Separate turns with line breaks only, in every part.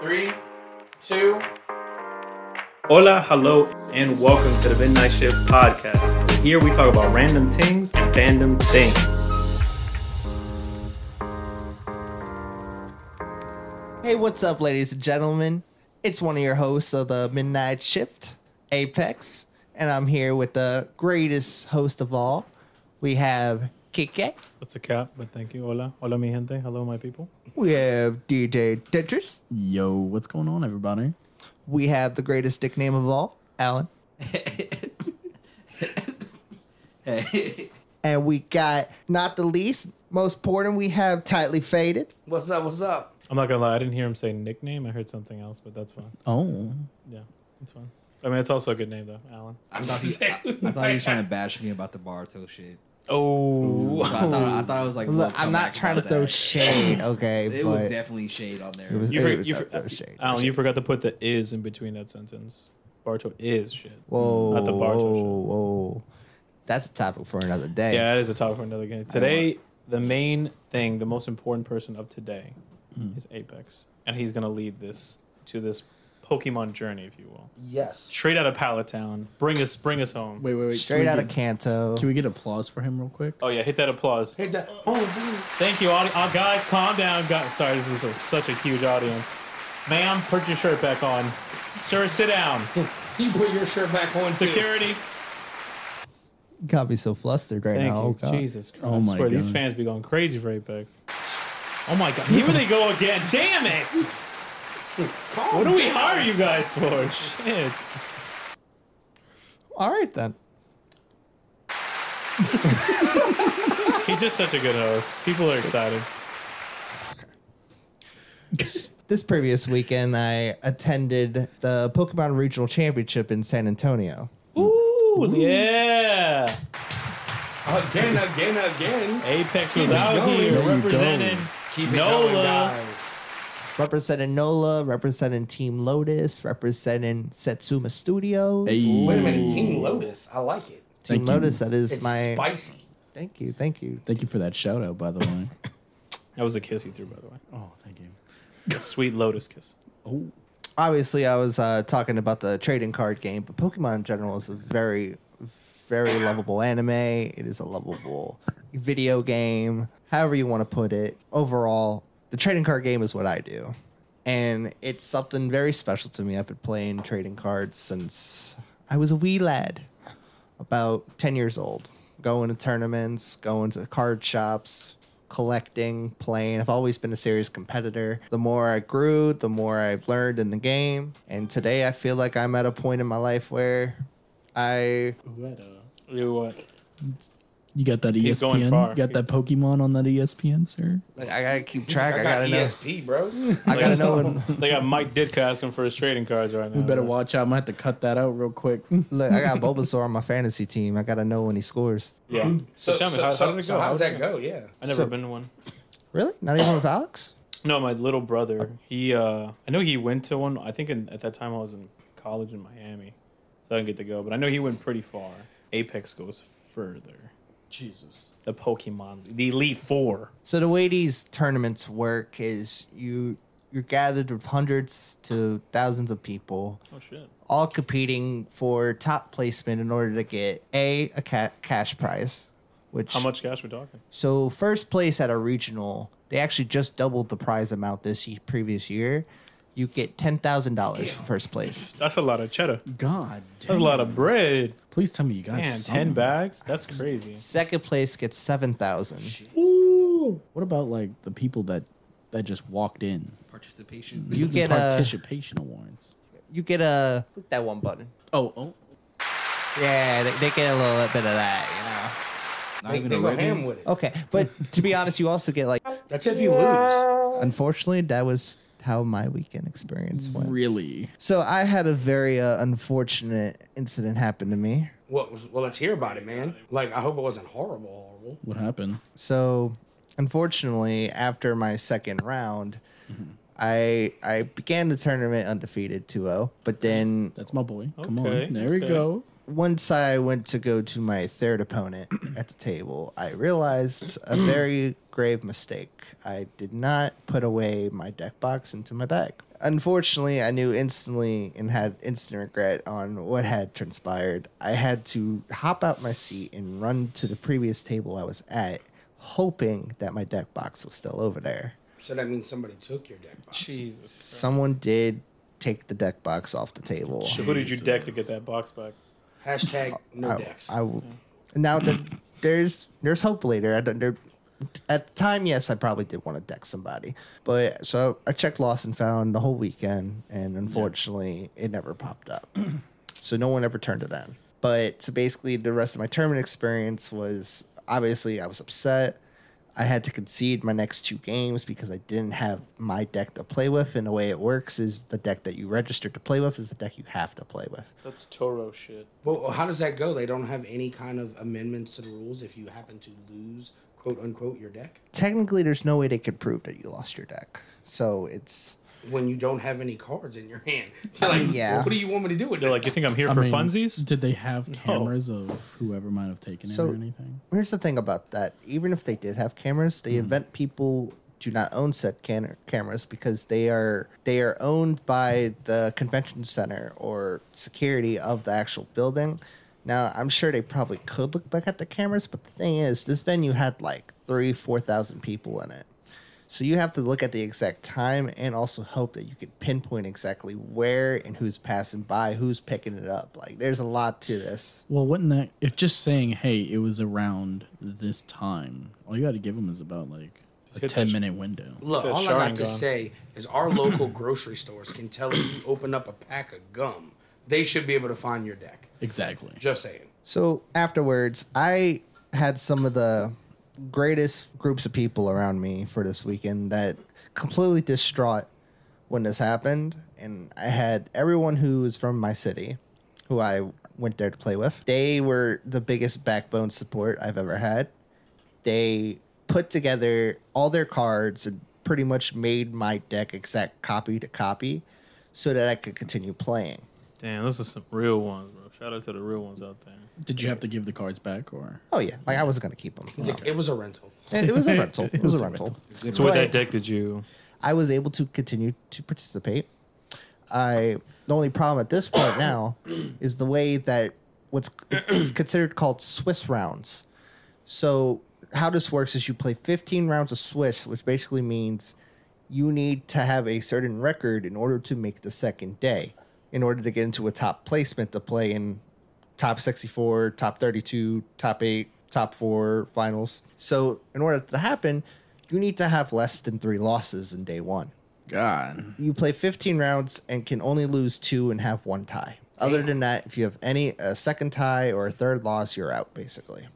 Three, two.
Hola, hello, and welcome to the Midnight Shift podcast. And Here we talk about random things and fandom things.
Hey, what's up, ladies and gentlemen? It's one of your hosts of the Midnight Shift, Apex, and I'm here with the greatest host of all. We have Kike,
That's a cap, but thank you. Hola, hola, mi gente. Hello, my people.
we have DJ Tetris,
Yo, what's going on, everybody?
we have the greatest nickname of all, Alan,
Hey.
and we got not the least, most important, we have Tightly Faded.
What's up? What's up?
I'm not gonna lie, I didn't hear him say nickname. I heard something else, but that's fine.
Oh,
Yeah, it's fine. I mean, it's also a good name though, Alan.
I thought, he, I, I thought he was trying to bash me about the Baruto shit.
Oh,
So I, thought,
Oh.
I thought it was like,
Look,
little
I'm not
comeback
trying to
about
throw
that.
shade, okay?
It
but
was definitely shade on there.
it was,
you,
it
for,
was
you, for,
not- no shade.
Alan, you forgot to put the is in between that sentence. Barto is shit.
Whoa,
Not the bar
whoa,
social.
whoa. That's a topic for another day.
Yeah, that is a topic for another game. Today, the main thing, the most important person of today is Apex. And he's going to lead this to this Pokemon journey, if you will.
Yes.
Straight out of Palatown. Bring us bring us home.
wait, wait, wait.
Straight out of
Can,
Kanto.
we get applause for him real quick?
Oh, yeah, hit that applause.
Hit that. Oh,
Thank you, audi- uh, guys. Calm down, guys. Sorry, this is a, such a huge audience. Ma'am, put your shirt back on. Sir, sit down.
dude. You put your shirt back on. too.
Security.
Got me so flustered right
Thank
now.
you.
Oh, God.
Jesus Christ.
Oh
I
my
swear, these
God.
fans be going crazy for Apex. Oh my god. Here they go again. Damn it!
Calm
What do we
down.
hire you guys for? Oh, Shit.
All right then.
He's just such a good host. People are excited.
This previous weekend, I attended the Pokemon Regional Championship in San Antonio.
Ooh, yeah.
Again, again, again.
Apex was
Keep it
out
going.
here
There
you
representing
go.
Keep it going,
Nola.
guys.
Representing NOLA, representing Team Lotus, representing Setsuma Studios.
Hey.
Wait a minute. Team Lotus. I like it.
Team
Thank
Lotus,
you.
that is
It's
my.
spicy.
Thank you, thank you.
Thank you for that shout out, by the way.
That was a kiss you threw, by the way.
oh, thank you.
A sweet lotus kiss.
Oh,
Obviously, I was uh, talking about the trading card game, but Pokemon in general is a very, very lovable anime. It is a lovable video game, however you want to put it. Overall, the trading card game is what I do. And it's something very special to me. I've been playing trading cards since I was a wee lad, about 10 years old. Going to tournaments, going to card shops, collecting, playing. I've always been a serious competitor. The more I grew, the more I've learned in the game. And today I feel like I'm at a point in my life where I
You what?
you got that E ESPN?
He's going far.
You got that Pokemon on that E ESPN, sir?
like I gotta keep track. I, E
I got
gotta
ESP, bro.
know. I gotta know when
They got Mike Ditka asking for his trading cards right now.
We better
right?
watch out. I might have to cut that out real quick.
look. I got Bulbasaur on my fantasy team. I gotta know when he scores.
Yeah.
So,
So, tell me, how,
so-
how did it
so
go?
how does
did
that go? Yeah.
I never
So-
been to one.
Really? Not even with Alex?
No, my little brother. He, uh, I know he went to one. I think in, at that time I was in college in Miami, so I didn't get to go. But I know he went pretty far. Apex goes further.
Jesus.
The Pokemon, the Elite Four.
So the way these tournaments work is you you're gathered with hundreds to thousands of people,
Oh shit.
all competing for top placement in order to get a a ca- cash prize, which
How much cash we talking?
So first place at a regional, they actually just doubled the prize amount this ye- previous year. You get ten thousand dollars for first place.
That's a lot of cheddar.
God, damn.
That's a lot of bread.
Please tell me you got
Man,
Mm. something.
ten bags. That's crazy.
Second place gets seven thousand.
Ooh. What about like the people that that just walked in?
Participation.
You
uh,
get a
participation awards.
you get a click that one button.
Oh, oh,
Yeah, they, they get a little bit of that,
Not
They,
even
they
a
go
ribbon.
ham with it.
you know. Okay, but to be honest, you also get like.
That's if you lose.
Unfortunately, that was how my weekend experience went.
really?
So I had a very uh, unfortunate incident happen to me.
Well, well, let's hear about it, man. Like, I hope it wasn't horrible, horrible.
What happened?
So, unfortunately, after my second round, I I began the tournament undefeated 2-0, but then
That's my boy. Come
Okay,
on. There we
okay.
go.
once I went to go to my third opponent at the table, I realized a very grave mistake. I did not put away my deck box into my bag. Unfortunately, I knew instantly and had instant regret on what had transpired. I had to hop out my seat and run to the previous table I was at, hoping that my deck box was still over there.
So that means somebody took your deck box.
Jesus.
Someone did take the deck box off the table.
So who did you deck to get that box back?
Hashtag no
I,
decks.
I will- now that there's there's hope later. I don't, there, at the time, yes, I probably did want to deck somebody, but so I checked lost and found the whole weekend, and unfortunately, it never popped up. so no one ever turned it in. But so basically, the rest of my tournament experience was obviously I was upset. I had to concede my next two games because I didn't have my deck to play with. And the way it works is the deck that you registered to play with is the deck you have to play with.
That's Toro shit.
well, how does that go? They don't have any kind of amendments to the rules if you happen to lose, quote unquote, your deck
technically there's no way they could prove that you lost your deck. So it's
when you don't have any cards in your hand. You're like,
Yeah.
what do you want me to do with
They're
that?
like, you think I'm here
I
for
mean,
funsies?
Did they have cameras of whoever might have taken
So-
it or anything?
here's the thing about that. Even if they did have cameras, the event people do not own said can- cameras because they are they are owned by the convention center or security of the actual building. Now I'm sure they probably could look back at the cameras, but the thing is, this venue had like three, four thousand people in it. So you have to look at the exact time and also hope that you can pinpoint exactly where and who's passing by, who's picking it up. Like there's a lot to this.
Well, wouldn't that if just saying, "Hey, it was around this time," all you got to give them is about like
Hit
a
that sh-
ten minute window.
Look,
That
all I got to
Sharingan.
say is our local grocery stores can tell if you open up a pack of gum, they should be able to find your deck.
Exactly.
Just saying.
So afterwards, I had some of the greatest groups of people around me for this weekend that completely distraught when this happened. And I had everyone who was from my city who I went there to play with. They were the biggest backbone support I've ever had. They put together all their cards and pretty much made my deck exact copy to copy so that I could continue playing.
Damn, those are some real ones, bro. Shout out to the real ones out there.
Did you have to give the cards back or?
Oh, yeah. Like, I wasn't going to keep them.
It's like, it was a rental.
It, it was a rental. It was,
was
a
a
rental.
So with
Right.
that deck, did you?
I was able to continue to participate. I the only problem at this point now is the way that what's it's considered called Swiss rounds. So how this works is you play 15 rounds of Swiss, which basically means you need to have a certain record in order to make the second day, in order to get into a top placement to play in top 64, top 32, top 8, top 4 finals. So in order to happen, you need to have less than 3 losses in day 1
God.
you play 15 rounds and can only lose two and have one tie. Other than that, if you have any a second tie or a third loss, you're out basically.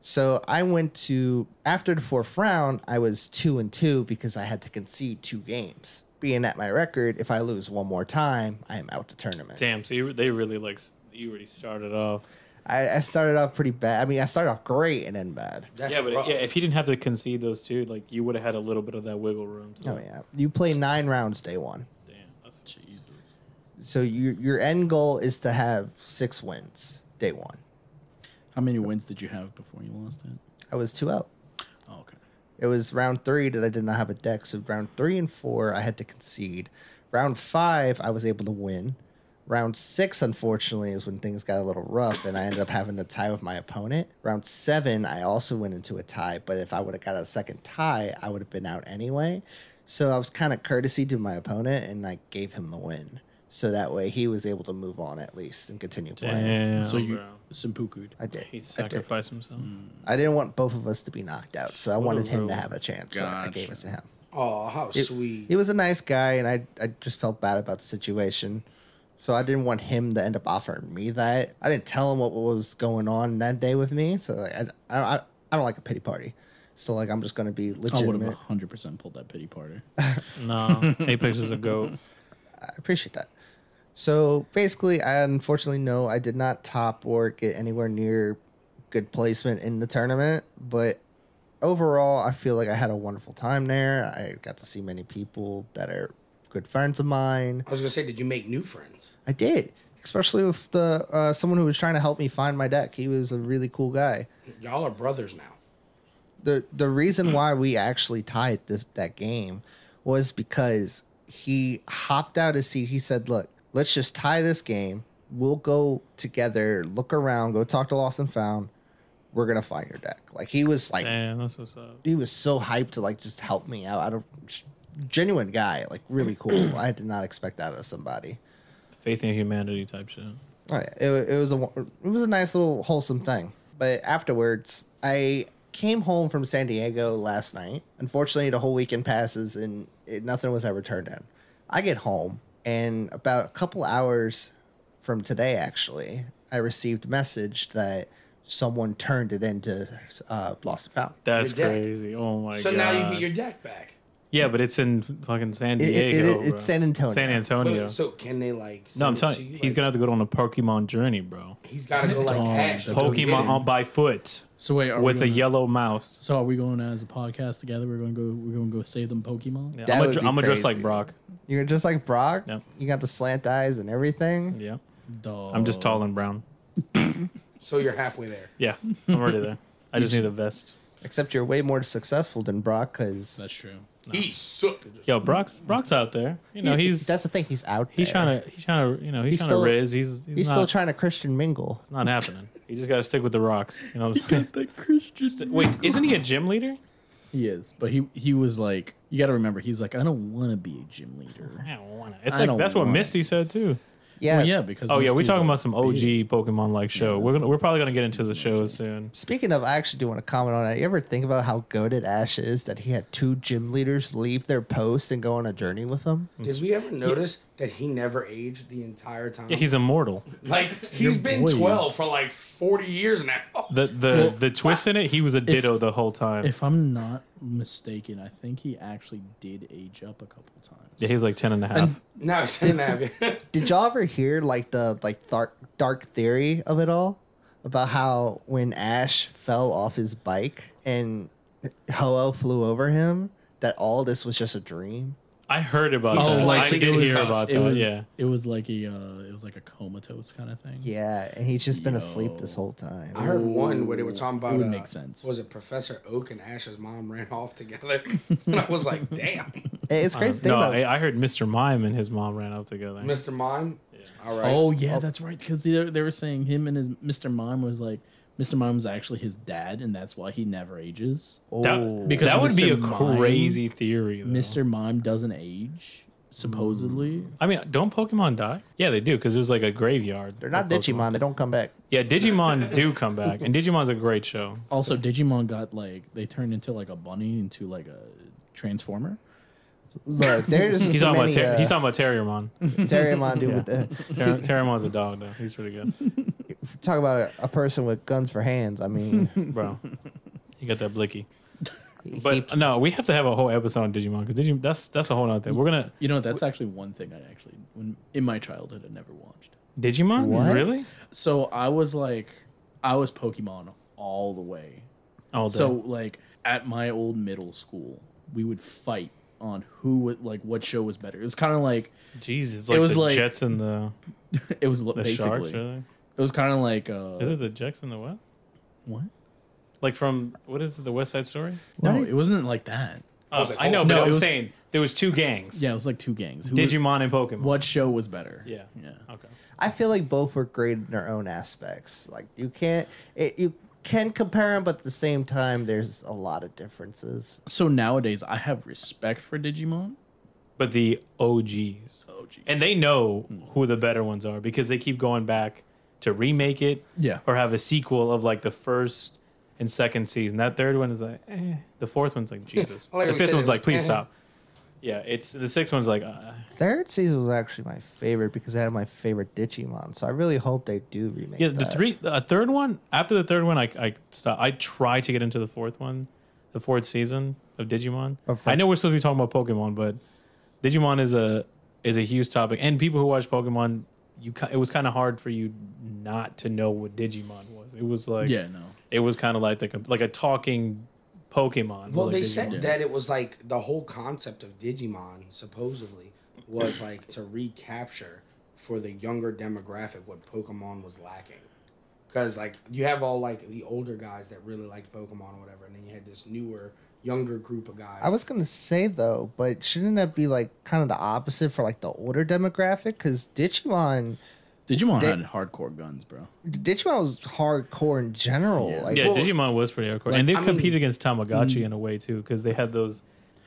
So I went to after the fourth round, I was two and two because I had to concede two games. Being at my record, if I lose one more time, I am out the tournament.
Damn, so you, they really like s- you already started off.
I, I started off pretty bad. I mean, I started off great and then bad.
That's
yeah, but
rough.
yeah, if he didn't have to concede those two, like you would have had a little bit of that wiggle room. So,
Oh yeah, you play nine rounds day one.
Damn, that's
Jesus.
So your your end goal is to have six wins day one.
How many wins did you have before you lost it?
I was two out.
Oh, okay.
It was round three that I did not have a deck. So round three and four, I had to concede. Round five, I was able to win. Round six, unfortunately, is when things got a little rough and I ended up having to tie with my opponent. Round seven, I also went into a tie, but if I would have got a second tie, I would have been out anyway. So I was kind of courtesy to my opponent and I gave him the win. So that way he was able to move on at least and continue playing.
damn.
so you
Oh,
Mm.
bro.
simpuku'd.
I did.
he
I did.
sacrificed himself.
I didn't want both of us to be knocked out, so I wanted him to
bro.
have a chance. So I
Gotcha.
gave it to him.
oh, how
It-
sweet.
He was a nice guy, and I I just felt bad about the situation. So I didn't want him to end up offering me that. I didn't tell him what was going on that day with me. So like, I, I, I, I don't like a pity party. So like I'm just gonna be
I would
legitimate.
have hundred percent pulled that pity party.
No, Apex is a goat.
I appreciate that. So basically, I unfortunately no, I did not top or get anywhere near good placement in the tournament. But overall, I feel like I had a wonderful time there. I got to see many people that are good friends of mine.
I was going to say, did you make new friends?
I did. especially with the uh, someone who was trying to help me find my deck. He was a really cool guy.
Y'all are brothers now.
the the reason why we actually tied this that game was because he hopped out of his seat. He said, "Look, let's just tie this game. We'll go together, look around, go talk to Lost and Found. We're gonna find your deck." Like he was like
Damn, that's what's up.
he was so hyped to like just help me out. I don't just genuine guy, like really cool. I did not expect that out of somebody.
Faith in humanity type shit.
Oh, yeah. it, wa- it was a wa- it was a nice little wholesome thing. But afterwards, I came home from San Diego last night. Unfortunately, the whole weekend passes and it, nothing was ever turned in. I get home and about a couple hours from today, actually, I received a message that someone turned it into uh, Lost and Found.
That's
Your dick.
crazy. Oh my
So
god.
now you get your deck back.
Yeah, but it's in fucking San
It- it- it-
Diego.
it's
bro.
San Antonio.
San
But-
Antonio.
So can they like?
no,
send
I'm
it
telling
to
you,
you,
he's
like,
gonna have to go on a Pokemon journey, bro.
He's gotta go like hash. to go get
Pokemon
it.
on by foot
So wait, are
with
we
a
gonna,
yellow mouse.
So are we going as a podcast together? We're gonna go. We're gonna go save them Pokemon.
Yeah,
That
I'm
would
gonna
be
I'm gonna dress like
crazy.
Brock.
You're just like Brock.
Yep.
You got the slant eyes and everything.
Yeah,
Dog.
I'm just tall and brown.
So you're halfway there.
Yeah, I'm already there. I just need a vest.
Except you're way more successful than Brock because
That's true.
He sucked.
Yo, Brock's Brock's out there. You know, he's
that's the thing. He's out.
he's
there.
trying to he's trying to you know he's,
He's
trying
still-
to riz. He's he's,
He's
not,
still trying to Christian mingle.
It's not happening. You just gotta stick with the rocks. You know what I'm saying?
The Christian.
Wait, isn't he a gym leader?
He is, but he he was like, you got to remember, he's like, I don't want to be a gym leader.
I don't wanna. It's
I
like
don't
that's what
wanna.
Misty said too.
Yeah.
Well, yeah, because
Oh yeah, we're
Misty's
talking
a
about some OG
big-
Pokemon like show. we're gonna we're probably gonna get into the show soon.
Speaking of, I actually do want to comment on that. You ever think about how goaded Ash is that he had two gym leaders leave their post and go on a journey with him?
Did we ever notice that he never aged the entire time?
Yeah, he's immortal.
like he's
Your
been
boys.
twelve for like forty years now.
The the the twist in it, he was a ditto the whole time.
If I'm not mistaken, I think he actually did age up a couple times.
yeah, he's like ten and a half.
Now he's in that.
Did y'all ever hear like the like dark dark theory of it all about how when Ash fell off his bike and Ho-Oh flew over him, that all this was just a dream?
I heard about
Oh,
that.
like,
I
it
did
was-
hear about
it
that.
was,
yeah.
it was like a uh, it was like a comatose kind of thing.
Yeah, and he's just been asleep
Yo.
this whole time.
I heard one where they were talking about.
It would
uh,
make sense.
Was it Professor Oak and Ash's mom ran off together? and I was like, damn,
It's crazy. to think
No,
about
I, I heard Mr. Mime and his mom ran out together.
Mr. Mime. All right.
Oh yeah, that's right. Because they, they were saying him and his Mr. Mime was like Mr. Mime was actually his dad, and that's why he never ages.
Oh,
That,
Because
that would be a
Mr. Mime-
crazy theory. Though.
Mr. Mime doesn't age, supposedly.
I mean, don't Pokemon die? Yeah, they do because there's like a graveyard.
They're not
for Pokemon.
Digimon. They don't come back.
Yeah, Digimon do come back, and Digimon's a great show.
Also, Digimon got like they turned into like a bunny into like a transformer.
Look, there's
He's
too
talking, about
many,
ter-
uh,
he's talking about Terriermon.
Terramon dude with the
Ter- Terriermon's a dog though. He's really good,
talk about a, a person with guns for hands. I mean,
bro. You got that blicky. But no, we have to have a whole episode on Digimon because Digimon that's that's a whole nother thing. We're gonna
You know, that's actually one thing I actually when in my childhood I never watched.
Digimon
What?
really
So I was like, I was Pokemon all the way.
all day.
So like at my old middle school, we would fight on who would like what show was better. It was kind of like
Jesus, like
was
the
like-
Jets and the
it was lo-
the
basically
Sharks. Really?
it was kind of like
Is
uh,
it the Jets and the what?
what?
Like from what is it? The West Side Story?
No, it wasn't like that.
I,
like,
I know,
oh,
but
no,
I'm
it was-
saying there was two gangs.
Yeah, it was like two gangs. Who was-
Digimon and Pokemon.
what show was better?
Yeah.
yeah.
Okay.
I feel like both were great in their own aspects. Like you can't, it, you can compare them, but at the same time, there's a lot of differences.
So nowadays, I have respect for Digimon.
But the OGs.
Oh, geez.
and they know who the better ones are because they keep going back to remake it
Yeah.
or have a sequel of like the first and second season that third one is like eh. the fourth one's like jesus
Like
the
we
fifth
said, it
one's
was,
like please
eh.
stop yeah it's the sixth one's like uh,
Third season was actually my favorite because I had my favorite Digimon, so I really hope they do remake.
yeah the
uh,
that.
three a third one after the third one i i stop i try to get into the fourth one the fourth season of digimon
Oh,
Of four-
i know we're supposed to be talking about pokemon but digimon is a is a huge topic and people who watch pokemon you ki- it was kind of hard for you not to know what digimon was it was like
yeah, no.
it was kind of like the like a talking Pokemon.
Well,
like
they
Digimon.
said that it was like the whole concept of Digimon supposedly was like to recapture for the younger demographic what Pokemon was lacking. Because like you have all like the older guys that really liked Pokemon or whatever, and then you had this newer, younger group of guys.
I was gonna say though, but shouldn't that be like kind of the opposite for like the older demographic? Because Digimon,
Digimon
They-
had hardcore guns, bro.
Digimon was hardcore in general. Like,
Yeah,
Well,
Digimon was pretty hardcore, and they
I mean-
competed against Tamagotchi
mm.
in a way too, because they had those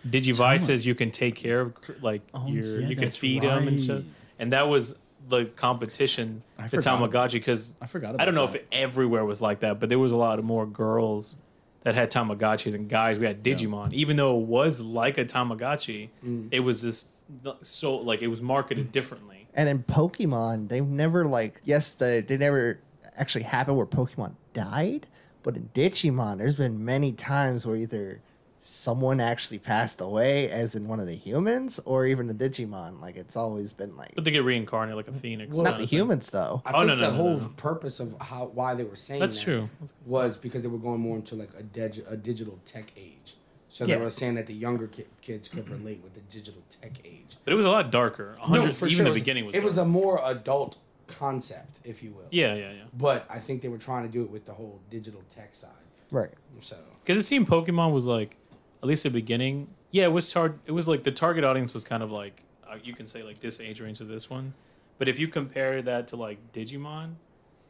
Digivices you can take care of, cr- like your
Oh, yeah,
you can
that's
feed them and stuff.
right.
And that was the competition
I
to
forgot about-
Tamagotchi because
I forgot
I don't
about
know
that.
if everywhere was like that, but there was a lot of more girls that had Tamagotchis and guys. We had Digimon, even though it was like a Tamagotchi, it was just not- so like it was marketed differently.
and in Pokemon, they've never like yes, they they never actually happened where Pokemon died, but in Digimon, there's been many times where either someone actually passed away, as in one of the humans, or even the Digimon. Like it's always been like
But they get reincarnated like a phoenix.
not
kind
the
of thing.
humans though.
I
Oh,
think
no, no,
the
no,
whole
no, no.
purpose of how why they were saying
That's
that
true.
was because they were going more into like a, dig- a digital tech age. So
Yeah.
they were saying that the younger ki- kids could relate with the digital tech age.
But it was a lot darker. 100, even
It
the beginning was.
it was
dark.
a more adult concept, if you will.
yeah, yeah, yeah.
But I think they were trying to do it with the whole digital tech side.
Right.
So
because it seemed Pokemon was like, at least the beginning, yeah, it was hard. It was like the target audience was kind of like uh, you can say like this age range to this one, but if you compare that to like Digimon,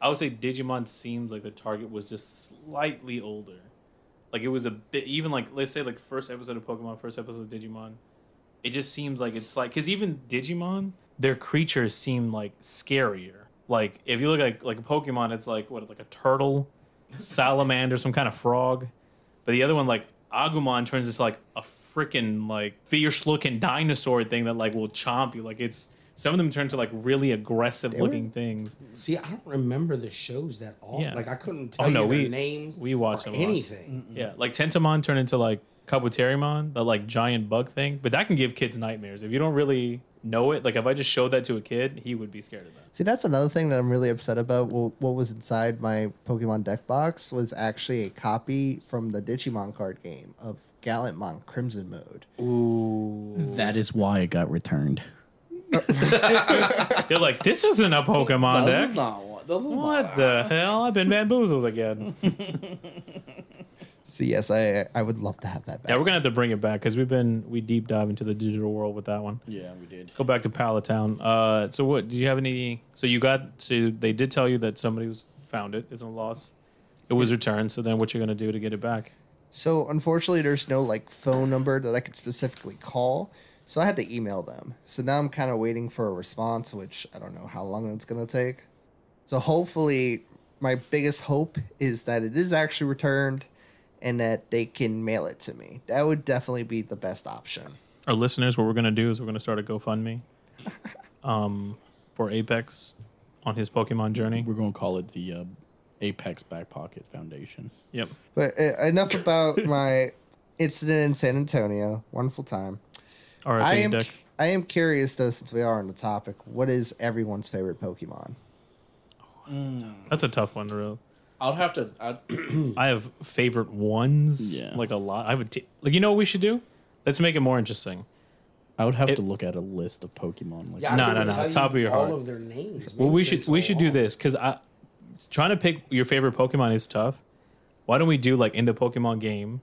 I would say Digimon seems like the target was just slightly older. Like it was a bit even like let's say like first episode of Pokemon, first episode of Digimon, it just seems like it's like because even Digimon, their creatures seem like scarier. Like if you look at like Pokemon, it's like what like a turtle, salamander, some kind of frog. But the other one, like Agumon, turns into like a freaking like fierce looking dinosaur thing that like will chomp you. Like it's some of them turn to like really aggressive looking things.
Mm-hmm.
see, I don't remember the shows that often.
Yeah.
Like I couldn't
Oh,
tell
no,
you their
we-
names.
we watched
or
them a lot. Mm.
anything.
Yeah, like Tentamon turned into like Kabuterimon, the like giant bug thing. But that can give kids nightmares if you don't really know it. Like if I just showed that to a kid, he would be scared of that.
See, that's another thing that I'm really upset about. Well, what was inside my Pokemon deck box was actually a copy from the Digimon card game of Gallantmon Crimson Mode.
That is why it got returned.
They're like, this isn't a Pokemon
This is
deck.
not one. This is
What
not.
the hell? I've been bamboozled again.
So yes, I I would love to have that back.
yeah, we're gonna have to bring it back because we've been we deep dive into the digital world with that one.
Yeah, we did.
Let's go back to Palatown. Uh, so what? Do you have any? So you got so they did tell you that somebody was found it, isn't lost. It was returned. So then, what you're gonna do to get it back?
So unfortunately, there's no like phone number that I could specifically call. So I had to email them. So now I'm kind of waiting for a response, which I don't know how long that's gonna take. So hopefully, my biggest hope is that it is actually returned, and that they can mail it to me. That would definitely be the best option.
our listeners, what we're gonna do is we're gonna start a GoFundMe, um, for Apex on his Pokemon journey.
We're gonna call it the uh, Apex Back Pocket Foundation.
Yep.
But uh, enough about my incident in San Antonio. Wonderful time.
All
I
right,
am
deck.
I am curious though, since we are on the topic, what is everyone's favorite Pokemon?
That's a tough one, real.
I'll have to. I'd,
I have favorite ones,
Yeah.
like a lot. I have a t- like. You know what we should do? Let's make it more interesting.
I would have
It-
to look at a list of Pokemon. Like,
Yeah, I
No,
couldn't
no, no,
tell you
top of your
all
heart.
of their names.
Well,
man.
we
It's
should
been
we
so
should do
long.
this because I trying to pick your favorite Pokemon is tough. Why don't we do like in the Pokemon game?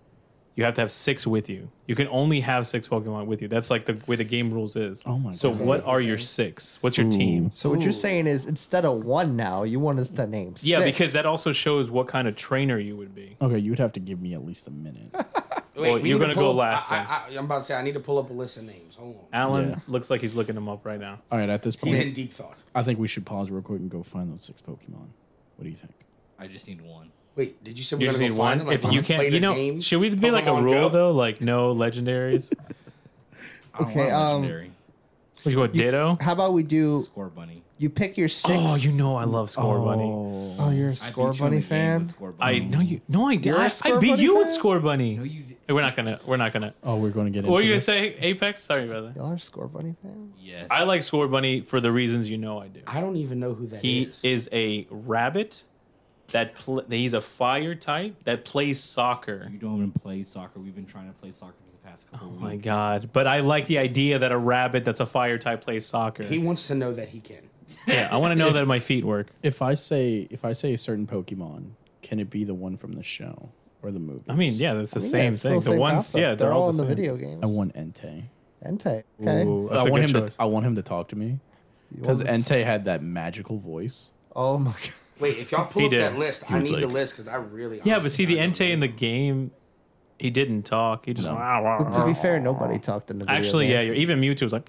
You have to have six with you. You can only have six Pokemon with you. That's like the way the game rules is.
Oh my
so
God.
what are your six? What's your team?
So what you're saying is instead of one now, you want us to name six.
Yeah, because that also shows what kind of trainer you would be.
okay, you would have to give me at least a minute.
Wait,
Well,
we need
you're
to
gonna
pull
go
up-
last
I,
then. Uh,
I, I, I'm about to say I need to pull up a list of names. Hold on.
Alan
Yeah.
looks like he's looking them up right now.
All right, at this
He's in
point,
deep thought.
I think we should pause real quick and go find those six Pokemon. What do you think?
I just need one.
Wait, did you say we're
You just
gonna
need
go find
one.
them? Like,
if
we're
you
gonna play
can't,
the
you know,
game?
should we be like a
Pokemon
rule
Go?
though? Like no legendaries.
I don't
Okay,
want
um,
legendary.
Would you go Ditto?
how about we do
Score bunny.
you pick your six
Oh, you know I love Score Bunny.
Oh,
Oh, you're a
I beat
Score
you in
Bunny
the game
fan?
with Score
I
Bunny.
Um,
know you. No, I did.
You're a
I,
Score
beat
Bunny
you
fan?
with Score Bunny.
No, you. Did.
We're not gonna. We're not gonna.
oh, we're going to get into
What were you gonna
this.
say? Apex. Sorry, brother.
Y'all are Score Bunny fans?
Yes.
I like Score Bunny for the reasons you know I do.
I don't even know who that is.
He is. a rabbit that pl- he's a fire type that plays soccer.
You don't even play soccer. We've been trying to play soccer for the past couple
Oh
weeks.
my god! But I like the idea that a rabbit that's a fire type plays soccer.
He wants to know that he can.
Yeah, I want to know that my feet work.
If I say if I say a certain Pokemon, can it be the one from the show or the movie?
I mean, yeah, that's the
I mean,
same
it's still
thing. The ones,
concept.
yeah,
they're, all, in the
same.
video games.
I want Entei.
Entei. Okay.
Ooh, that's
I
a
want
good
him
choice.
to. I want him to talk to me
You
because
want this-
Entei had that magical voice.
Oh my god.
Wait, if y'all pull
He
up
did.
that list,
He
I
was
need the
like-
list because I really.
Yeah, but
honestly
see, the
don't
Entei in
remember.
the game, he didn't talk. He just
No.
"Wow, wow,
To
wow."
be fair,
Ah.
nobody talked in the video
actually, yeah,
game.
you're, even Mewtwo was like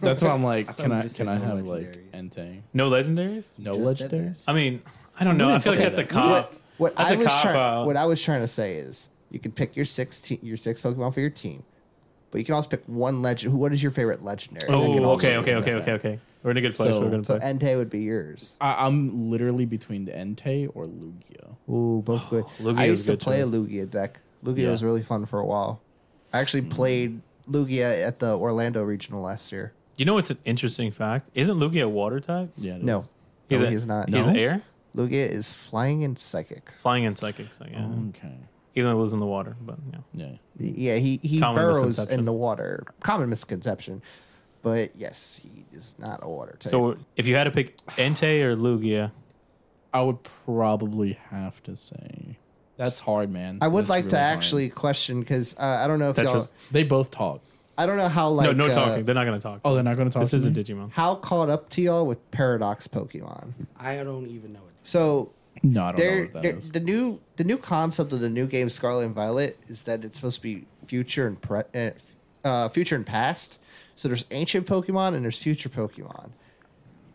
That's why I'm like, can
you
I
just
can
said
I
no
have
legendaries.
like Entei?
no legendaries.
No
just
legendaries.
said this.
I mean, I don't know. I
didn't
feel like
say
that's a
that.
cop.
What
That's
I
a
was
cop
trying,
out.
what I was trying to say is, you can pick your six te- your six Pokemon for your team, but you can also pick one legend. What is your favorite legendary? And then you can
Oh,
also
okay,
do
okay,
that.
okay, okay, okay. We're in a good place.
So-
We're gonna
So
play.
Entei would be yours.
I, I'm literally between the Entei or Lugia.
Ooh, both good.
Lugia
I
is
used
a
to
good
play
choice.
a Lugia deck. Lugia
Yeah.
was really fun for a while. I actually
Mm.
played Lugia at the Orlando regional last year.
You know what's an interesting fact? Isn't Lugia a water type?
Yeah. it
No,
is.
he's,
a-
he's not.
He's
No?
air,
Lugia is flying and psychic.
flying and psychic. So yeah,
Um,
Okay.
even though it lives in the water, but yeah.
Yeah.
Yeah, he, he
Common
burrows
misconception.
in the water. Common misconception. But yes, he is not a water type.
So if you had to pick Entei or Lugia,
I would probably have to say that's hard, man.
I would
That's
like to
really hard.
actually question because uh, I don't know if y'all.
Tetris.
They both talk.
I don't know how like
no, no
uh,
talking. They're not gonna talk.
Oh, they're not going to talk.
this
to
is a
me?
Digimon.
how caught up to y'all with Paradox Pokemon.
I don't even know it.
So
No, I don't know
they're,
what that
they're-
is.
the new the new concept of the new game Scarlet and Violet is that it's supposed to be future and pre, uh, f- uh, future and past. So there's ancient Pokemon and there's future Pokemon.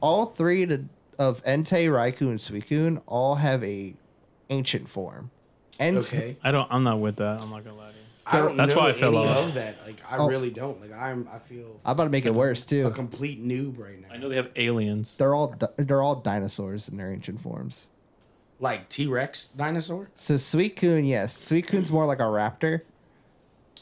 All three to, of Entei, Raikou, and Suicune all have a ancient form. Entei,
Okay,
I don't. I'm not with that. I'm not gonna lie to you.
I don't
That's
know
why I
any
fell off.
of that. Like I really don't. Like I'm. I feel
I'm about to make it worse
a
too.
complete noob right now.
I know they have aliens.
They're all di- they're all dinosaurs in their ancient forms.
Like T Rex dinosaur.
So Suicune, yes, Suicune's more like a raptor.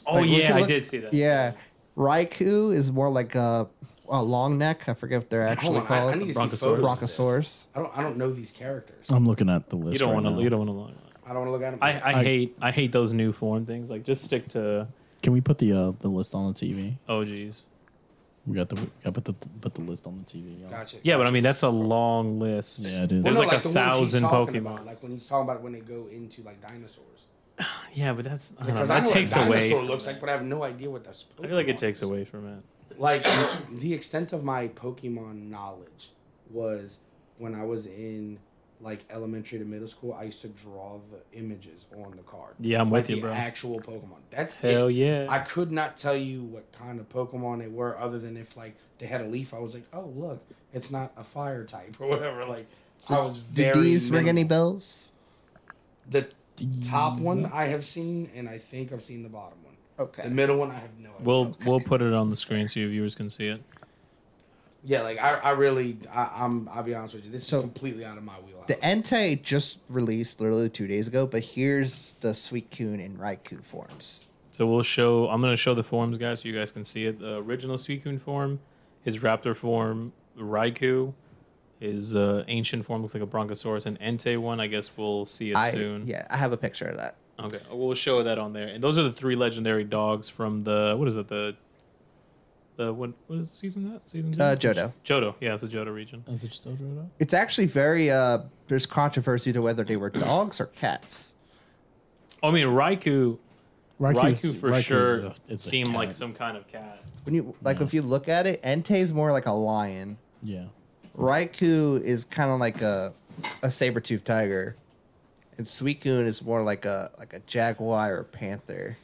Oh
Like, we
yeah,
can
I
look-
did see that.
Yeah, Raikou is more like a, a long neck. I forget what they're
Hold
actually
on, I,
called.
I need to see
Bronchosaurus.
photos. of this.
Bronchosaurus.
I don't. I don't know these characters.
I'm looking at the list.
You don't
right
want
now.
to. You don't want to.
I don't want to look at them.
I, I, hate I hate those new form things. Like just stick to
Can we put the uh, the list on the TV?
OGs.
We got the. We got put the put the list on the TV. y'all.
gotcha.
Yeah, but I mean that's a long list.
Yeah, it is.
There's
Well,
like,
no,
a
the ones he's
thousand
talking
Pokemon.
About, like when he's talking about when they go into like dinosaurs.
Yeah, but that's I don't know,
Because I
that
know
takes
what a
away.
dinosaur
from
looks
it.
like, but I have no idea what that's.
I feel like it takes away from it.
like the extent of my Pokemon knowledge was when I was in like elementary to middle school. I used to draw the images on the card.
Yeah, I'm
like
with you,
the
bro.
Actual Pokemon. That's
Hell
it.
yeah.
I could not tell you what kind of Pokemon they were, other than if like they had a leaf. I was like, oh look, it's not a fire type or whatever. Like I was very.
Did these ring
minimal.
any bells?
The top one I have seen, and I think I've seen the bottom one.
Okay.
The middle one I have no idea.
We'll we'll put it on the screen so your viewers can see it.
Yeah, like I, I really, I, I'm, I'll be honest with you. This
So-
is completely out of my wheelhouse.
the Entei just released literally two days ago, but here's the Suicune and Raikou forms.
So we'll show. I'm gonna show the forms, guys, so you guys can see it. The original Suicune form, his Raptor form, Raikou, his uh, ancient form looks like a Bronchosaurus, and Entei one. I guess we'll see it
I
soon.
yeah, I have a picture of that.
Okay, we'll show that on there. And those are the three legendary dogs from the what is it the the what what is season that season two?
Uh, Johto.
Johto, yeah, it's the Johto region.
Is it still Jodo?
It's actually very uh. There's controversy to whether they were dogs or cats.
Oh, I mean Raikou,
Raikou's-
Raikou for
Raikou's
sure
a- it's a
seemed like
cat.
some kind of cat.
When you like, if you look at it, Entei's more like a lion.
Yeah.
Raikou is kind of like a a saber toothed tiger, and Suicune is more like a like a jaguar or panther.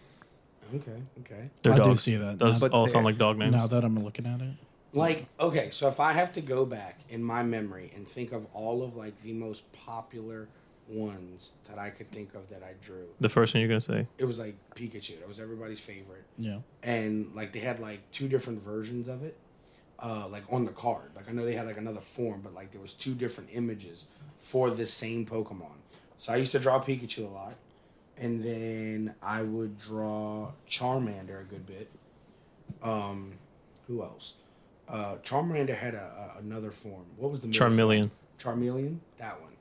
okay, okay.
They're
I do
dogs.
see that.
Those
Now-
all
But
sound
they-
like dog names.
Now that I'm looking at it,
Like, okay, so if I have to go back in my memory and think of all of like the most popular ones that I could think of that I drew,
the first one you're gonna say.
it was like Pikachu. That was everybody's favorite,
yeah.
and like they had like two different versions of it, uh, like on the card. Like I know they had like another form, but like there was two different images for the same Pokemon. So I used to draw Pikachu a lot. and then I would draw Charmander a good bit. Um, who else? Uh, Charmander had a, a another form. What was the middle form?
Charmeleon.
Charmeleon, that one.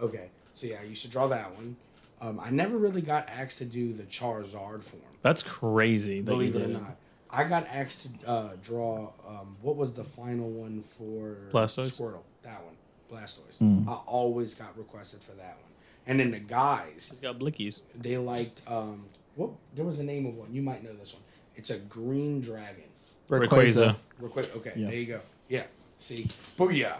Okay, so yeah, I used to draw that one. Um, I never really got asked to do the Charizard form,
That's crazy. that you
believe it or
did
not. I got asked to uh, draw. Um, what was the final one for
Blastoise?
Squirtle, that one, Blastoise.
Hmm.
I always got requested for that one. And then the guys,
He's got blickies.
they liked. Um, what there was a name of one. You might know this one. It's a green dragon.
Rayquaza.
Real quick, okay,
Yeah.
there you go. Yeah, see, booyah,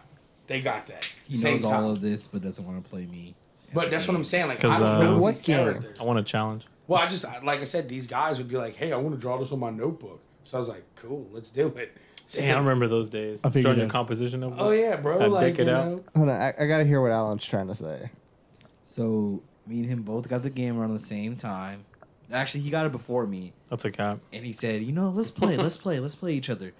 they got that.
He
Same
knows
time.
all of this, but doesn't want to play me.
But that's what I'm saying. Like,
'Cause,
I don't
uh,
know
What
these
game?
characters.
I want a challenge.
Well, I just I- like I said, these guys would be like, "Hey, I want to draw this on my notebook." So I was like, "Cool, let's do it."
Damn, I remember those days.
I figured
Drawing
it.
your composition of
Oh yeah, bro.
I'd
like
dick it
you
out.
know,
Hold on, I, I gotta hear what Alan's trying to say.
So me and him both got the game around the same time. Actually, he got it before me,
That's a cap.
and he said, "You know, let's play, let's play, let's play each other."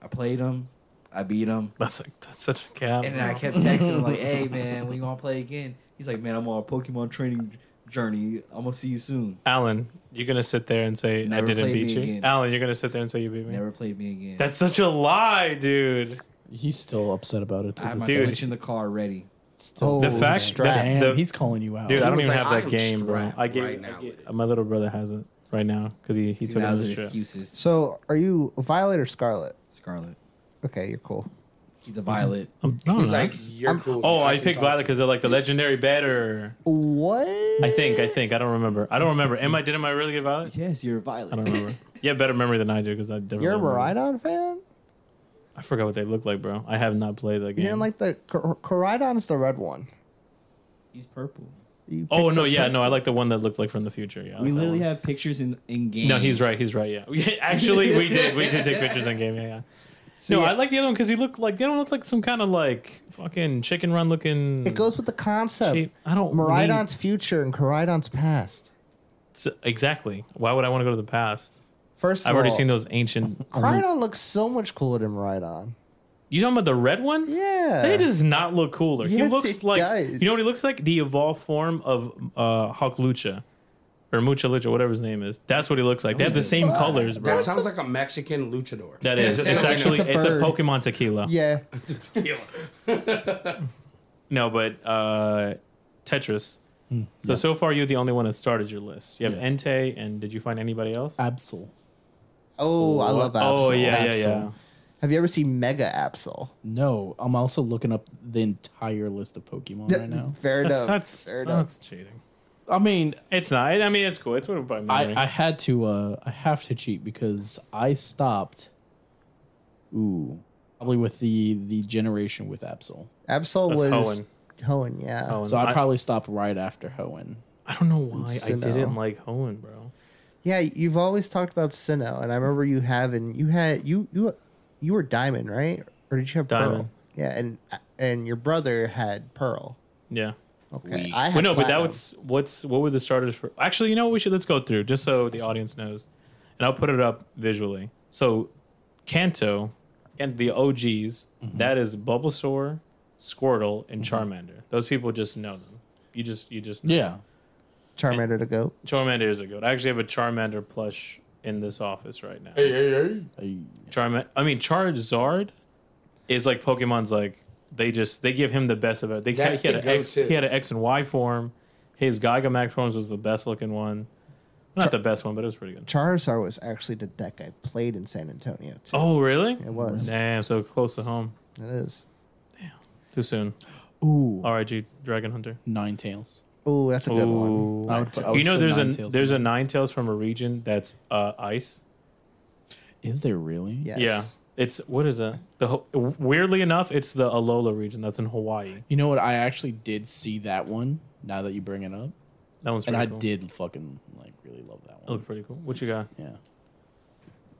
I played him. I beat him.
That's a, that's such a cap.
And then I
bro.
kept texting him like, "Hey man, when you gonna play again?" He's like, "Man, I'm on a Pokemon training journey. I'm gonna see you soon."
Alan, you're gonna sit there and say
Never
I didn't
played
beat
me
you.
again.
Alan, you're gonna sit there and say you beat me.
Never played me again.
That's such a lie, dude.
He's still upset about it.
I
To
had
this
my
day.
Dude.
Switch in the car ready.
Oh,
The fact
strap.
that-
Damn,
the-
he's calling you out.
Dude,
He
I don't
was
even
like,
have that
"I'm
game, bro.
strapped
I get,
right
I
now
get-
with
my little brother has it right now because he he
See,
took it
now's
as
it
a shit.
excuses.
So, are you Violet or Scarlet?
Scarlet.
Okay, you're cool.
He's a violet.
I'm- no,
he's
no.
like, "You're cool."
oh, I,
can
picked
talk
Violet
to you."
because they're like the legendary better.
What?
I think, I think, I don't remember. I don't remember. Am I did am I really get Violet?
Yes, you're a
I don't
violet.
remember. You have better memory than I do because I definitely.
you're a
don't remember.
Maridon fan.
I forgot what they look like, bro. I have not played that
You
game.
didn't like the Cor- Coridon's the red one.
He's purple.
You
oh
picked
no,
the
yeah,
pink-
no, I like the one that looked like from the future. Yeah, I
We
like that
literally
one.
have pictures in in game.
No, he's right. He's right. Yeah, We- actually, we did. We did take pictures in game. Yeah, yeah.
See,
No, I like the other one because he looked like they don't look like some kind of like fucking chicken run looking.
It goes with the concept.
shape. I don't. need-
Maridon's future and Coridon's past.
So- exactly. Why would I want to go to the past?
First, of
I've already
all,
seen those ancient.
Coridon looks so much cooler than Maridon.
You talking about the red one?
Yeah.
That does not look cooler. he
Yes,
looks
it
like
does.
you know what he looks like? The evolved form of uh Hawk Lucha. Or Mucha Lucha, whatever his name is. That's what he looks like. They have the
Oh,
same colors, bro.
That sounds like a Mexican luchador.
That is.
Just
It's
so we
actually
It's a
it's a
bird.
Pokemon tequila.
Yeah.
know. Tequila.
No, but uh, Tetris. so so far you're the only one that started your list. You have
Yeah.
Entei, and did you find anybody else?
Absol.
Oh, I love Absol.
oh yeah, yeah, yeah.
Absol.
Have you ever seen Mega Absol?
No, I'm also looking up the entire list of Pokemon right now.
Fair
That's
enough.
that's,
Fair enough.
that's cheating.
I mean,
It's not. I mean, it's cool. It's what by memory.
I, I had to uh I have to cheat because I stopped ooh probably with the the generation with Absol.
Absol
That's
was
Hoenn.
Hoenn. yeah.
Hoenn.
So I,
I-
probably stopped right after Hoenn.
I don't know why I
Sinnoh.
didn't like Hoenn, bro.
Yeah, you've always talked about Sinnoh, and I remember you having you had you you you were Diamond, right? Or did you have Pearl?
Diamond.
Yeah, and and your brother had Pearl.
Yeah.
Okay,
Weak.
I had
Well, no, but that
Platinum.
was what's what were the starters for? Actually, you know what? We should let's go through just so the audience knows, and I'll put it up visually. So, Kanto and the OGs that is Bulbasaur, Squirtle, and Charmander. Those people just know them. You just you just know.
Yeah.
Charmander to go.
Charmander is a goat. I actually have a Charmander plush in this office right now.
Hey, hey, hey.
I,
Charma- I mean Charizard is like Pokemon's like they just they give him the best of it. They
That's
he, had
the
an X,
go-to.
he had an X and Y form. His Gigamax forms was the best looking one. Not the best one, but it was pretty good.
Charizard was actually the deck I played in San Antonio too.
oh really?
It was.
Damn, so close to home.
It is.
Too soon.
ooh,
RIG Dragon Hunter.
nine tails.
Oh, that's a good one.
Ooh.
I would put- I would
You know
put
there's a
Ninetales
there's
in
a nine tails from a region that's uh, ice.
Is there really?
Yes.
Yeah. It's what is that? The ho- weirdly enough, it's the Alola region that's in Hawaii.
You know what? I actually did see that one now that you bring it up.
That one's
And
pretty
I
cool.
did fucking like really love that
That
one.
looked pretty cool. What you got?
Yeah.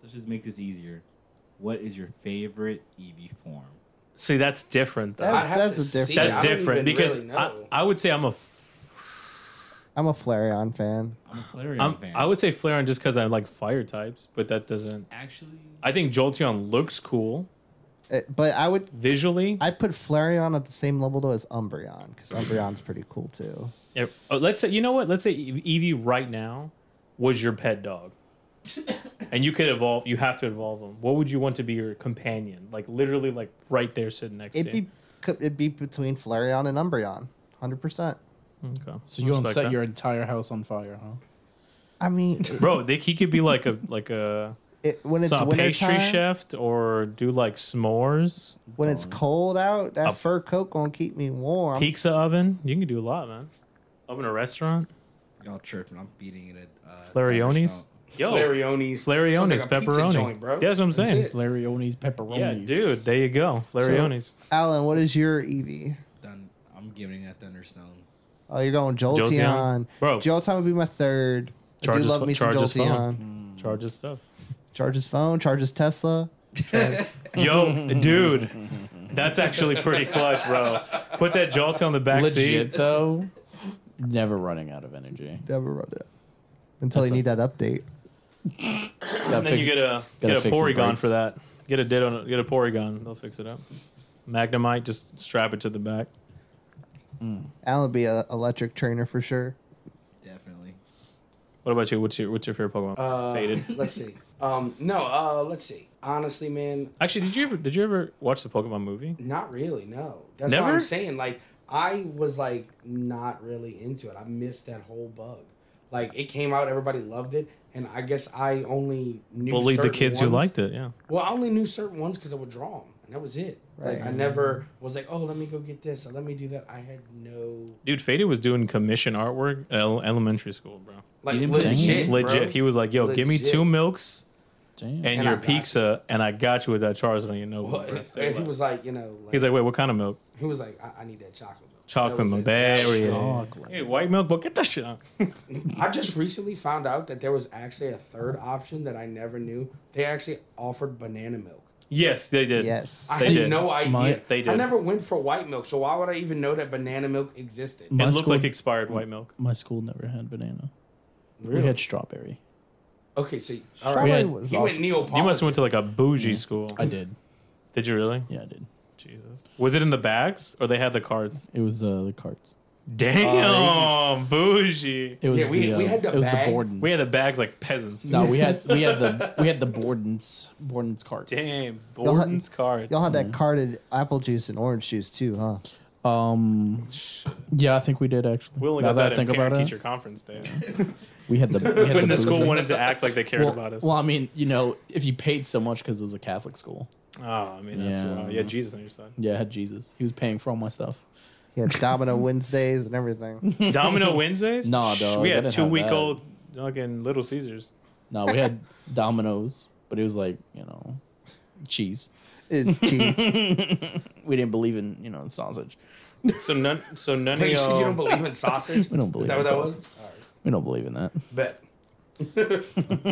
Let's just make this easier. What is your favorite EV form?
See, that's different though.
That's-
I have
that's
to
a different-
see.
That's
I don't
different
even
because
really
I,
know.
I would say I'm a f-
I'm a Flareon fan.
I'm a Flareon
I'm,
fan.
I would say Flareon just because I like fire types, but that doesn't.
actually.
I think Jolteon looks cool
Uh, but I would
visually.
I put Flareon at the same level though as Umbreon because Umbreon's pretty cool too.
Yeah, oh, let's say you know what? Let's say E Eevee right now was your pet dog, and you could evolve. You have to evolve him. What would you want to be your companion? Like literally, like right there sitting next
It'd
to
be
you.
co- it'd be between Flareon and Umbreon, hundred percent.
Okay.
So you don't
Respect
set
that.
your entire house on fire, huh?
I mean,
bro. They, he could be like a like a
it, when it's
So a
winter
pastry
time,
chef or do like s'mores,
when it's cold out, that
A-
fur coat gonna keep me warm.
pizza oven. You can do a lot, man. Open a restaurant.
Y'all tripping. I'm beating it at uh,
Flarioni's. Yo,
Flarioni's. Sounds
Flarioni's
like a pizza
pepperoni.
joint, bro.
That's what I'm
That's
saying.
it.
Flarioni's pepperonis.
Yeah, dude, there you go. Flarioni's.
Alan, what is your EV?
Done. I'm giving that Thunderstone.
Oh, you're going Jolteon.
Jolteon? Bro.
Jolteon would be my third. I do
Charge his
love
pho-
me some
charge his phone.
Jolteon.
Charges stuff.
Charge his phone, charge his Tesla.
Yo, dude, that's actually pretty clutch, bro. Put that Jolteon on the back
Legit
seat.
though, never running out of energy.
Never run it. Until you need that update.
And then you get a get a
fix his
Porygon
brakes.
for that. Get a Ditto, get a Porygon. They'll fix it up. Magnemite, just strap it to the back.
Alan would be a electric trainer for sure.
Definitely.
What about you? What's your what's your favorite Pokemon?
Uh,
Faded.
Let's see. Um, no, uh, let's see. Honestly, man,
Actually, did you ever did you ever watch the Pokemon movie?
not really. No, that's what
Never?
I'm saying. Like, I was like not really into it. I missed that whole bug. Like, it came out, everybody loved it, and I guess I only knew.
Bullied the
certain
kids
ones.
who liked it. Yeah.
Well, I only knew certain ones because I would draw them, and that was it. Like,
Right.
I never was like, oh, let me go get this or let me do that. I had no
Dude, Faded was doing commission artwork at el- elementary school, bro.
like
didn't-
legit,
Dang.
bro.
Legit. He was like, yo, give me
Legit.
two milks
Damn.
and,
And I
your
got you.
pizza, and I got you with that Charizard, you know.
Well,
what? bro.
if, if he was like, you know, like,
He's like, wait, what kind of milk?
he was like, I, I need that chocolate milk. That
Chocolate
was
milk.
it. That
There
was
we
it.
go.
Chocolate.
Hey, white milk, but get that shit out.
I just recently found out that there was actually a third option that I never knew. They actually offered banana milk.
yes, they did.
Yes.
I
They
had
did.
no idea.
My-
They
I
did.
never went for white milk, so why would I even know that banana milk existed?
It
My
looked
school-
like expired white milk.
My school never had banana. We
Really?
had strawberry.
Okay, so all
Probably
right.
had-
was
He went
awesome.
Neapolitan.
You must have went to like a bougie school.
I did.
Did you really?
Yeah, I did.
Jesus. Was it in the bags or they had the cards?
It was uh, the carts.
Damn, bougie.
It was
Yeah, we-
the, uh,
we had the
it was
bag.
the Bordens.
We had the bags like peasants.
no, we had we had the we had the Bordens Bordens carts.
Damn,
Y'all had-
Borden's cards.
Y'all had that carded apple juice and orange juice too, huh?
Um, yeah, I think we did actually.
We only
Now
got
that
that,
I
in
think
parent
about
teacher
it,
conference day.
we had the we had
when the school
bougie-
wanted to act like they cared
well,
about us.
well, I mean, you know, if you paid so much because it was a Catholic school,
oh, I mean, that's
Yeah.
yeah. yeah, Jesus on your side.
yeah, I had Jesus. He was paying for all my stuff.
He had Domino Wednesdays and everything.
Domino Wednesdays?
Nah, dog,
We
they
had
didn't have
two week
that.
old fucking Little Caesars.
No, we had Domino's, but it was like you know, cheese.
It's cheese.
We didn't believe in you know sausage.
So none, so none of
Wait, so you don't
y'all.
believe in sausage?
We don't believe
Is that
in
what that
sausage.
was? All right.
We don't believe in that.
Bet.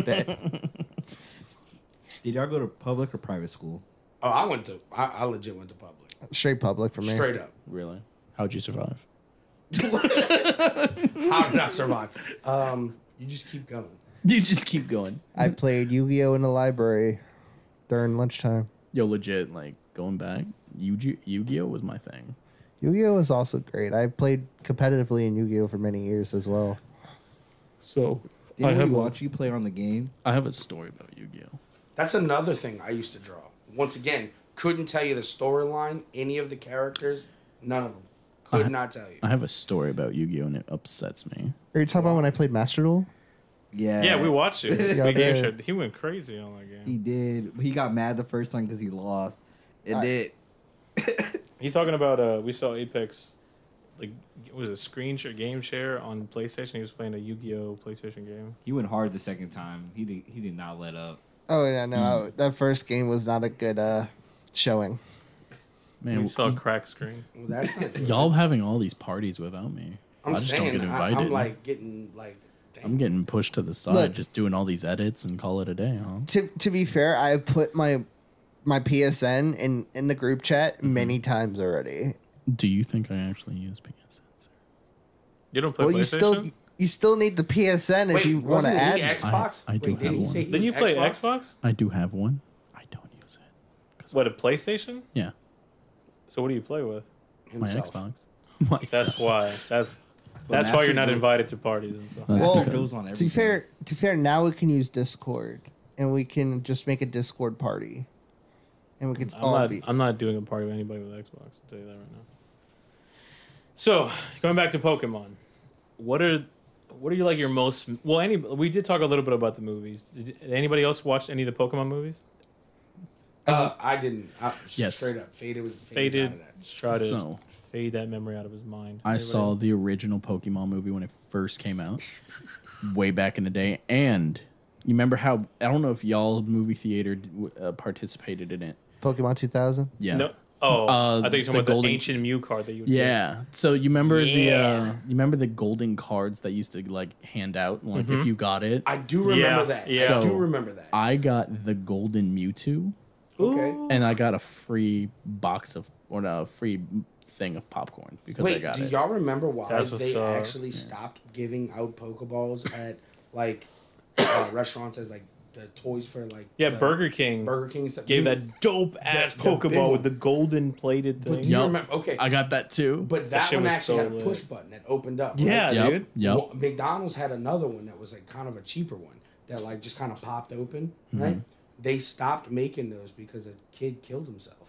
Bet.
Did y'all go to public or private school?
Oh, I went to. I, I legit went to public.
Straight public for me.
Straight up.
Really? How'd you survive?
How did I survive? Um, you just keep going.
You just keep going.
I played Yu-Gi-Oh in the library during lunchtime.
Yo, legit, like going back, Yu Gi Oh was my thing.
Yu-Gi-Oh is also great. I played competitively in Yu-Gi-Oh for many years as well.
So
Did anybody watch you play on the game?
A, I have a story about Yu Gi Oh.
That's another thing I used to draw. Once again, couldn't tell you the storyline, any of the characters, none of them. Could
I-
not tell you.
I have a story about Yu Gi Oh, and it upsets me.
Are you talking about when I played Master Duel?
Yeah.
Yeah, we watched it.
Y'all
we gave
did.
shit. He went crazy on that game.
He did. He got mad the first time because he lost. And then
He's talking about uh, we saw Apex, like it was a screen share game share on PlayStation. He was playing a Yu-Gi-Oh PlayStation game.
he went hard the second time. He did. He did not let up.
Oh yeah, no, that first game was not a good uh, showing.
We
Man,
saw a crack screen.
Well, that's not good.
y'all having all these parties without me.
I'm
I just
saying,
don't get
I,
invited.
am like getting like. Dang.
I'm getting pushed to the side,
Look.
just doing all these edits and call it a day, huh?
To to be fair, I have put my my PSN in in the group chat
Mm-hmm.
many times already.
Do you think I actually use PSN?
You don't play
Well,
PlayStation.
you still you still need the PSN if
Wait,
you want to
wasn't
add.
he Xbox?
I- I do
Wait, didn't
have
he
one.
say he
Didn't you
was
play Xbox?
I do have one. I don't use it.
What a PlayStation.
Yeah,
So what do you play with?
my
Himself.
Xbox. My
That's why. That's that's why
Master
you're not
Duel-
invited to parties and stuff.
That's
Well,
because-
goes on
To be
everything.
fair, to be fair, now we can use Discord and we can just make a Discord party, and we can
I'm
all
not.
be.
I'm not doing a party with anybody with Xbox. I'll tell you that right now. So going back to Pokemon, what are what are you like your most? Well, any we did talk a little bit about the movies. Did did anybody else watch any of the Pokemon movies?
Uh, I didn't. I,
Yes.
Straight up, faded was the faded.
Faded.
Out of that.
Try to
So-
fade that memory out of his mind.
I saw the original Pokemon movie when it first came out, way back in the day. And you remember how I don't know if y'all movie theater d- w- uh, participated in it.
Pokemon 2000.
Yeah.
No. Oh,
Uh,
I think you're talking
the
about
golden-
the ancient Mew card that you. would get.
Yeah. So you remember the uh,
Yeah.
you remember the golden cards that used to like hand out like
Mm-hmm.
if you got it.
I do remember
Yeah,
that.
yeah.
I do
So-
remember that.
I got the golden Mewtwo
okay.
and I got a free box of or no, a free thing of popcorn because I
Wait,
got
do
it.
y'all remember why
That's what's
they
up.
actually stopped giving out Pokeballs at like uh, restaurants as like the toys for like
Yeah,
the
Burger King
Burger King and stuff?
gave
You-
that dope ass
the big
Pokeball
one.
with the golden plated thing.
you
Yup.
remember- okay.
I got that too.
But
That
that,
shit
one
was
actually
so
had a
lit.
push button that opened up.
Yeah,
right?
Yep,
dude.
yep.
Wa- McDonald's had another one that was like kind of a cheaper one that like just kind of popped open, right?
Mm-hmm.
They stopped making those because a kid killed himself.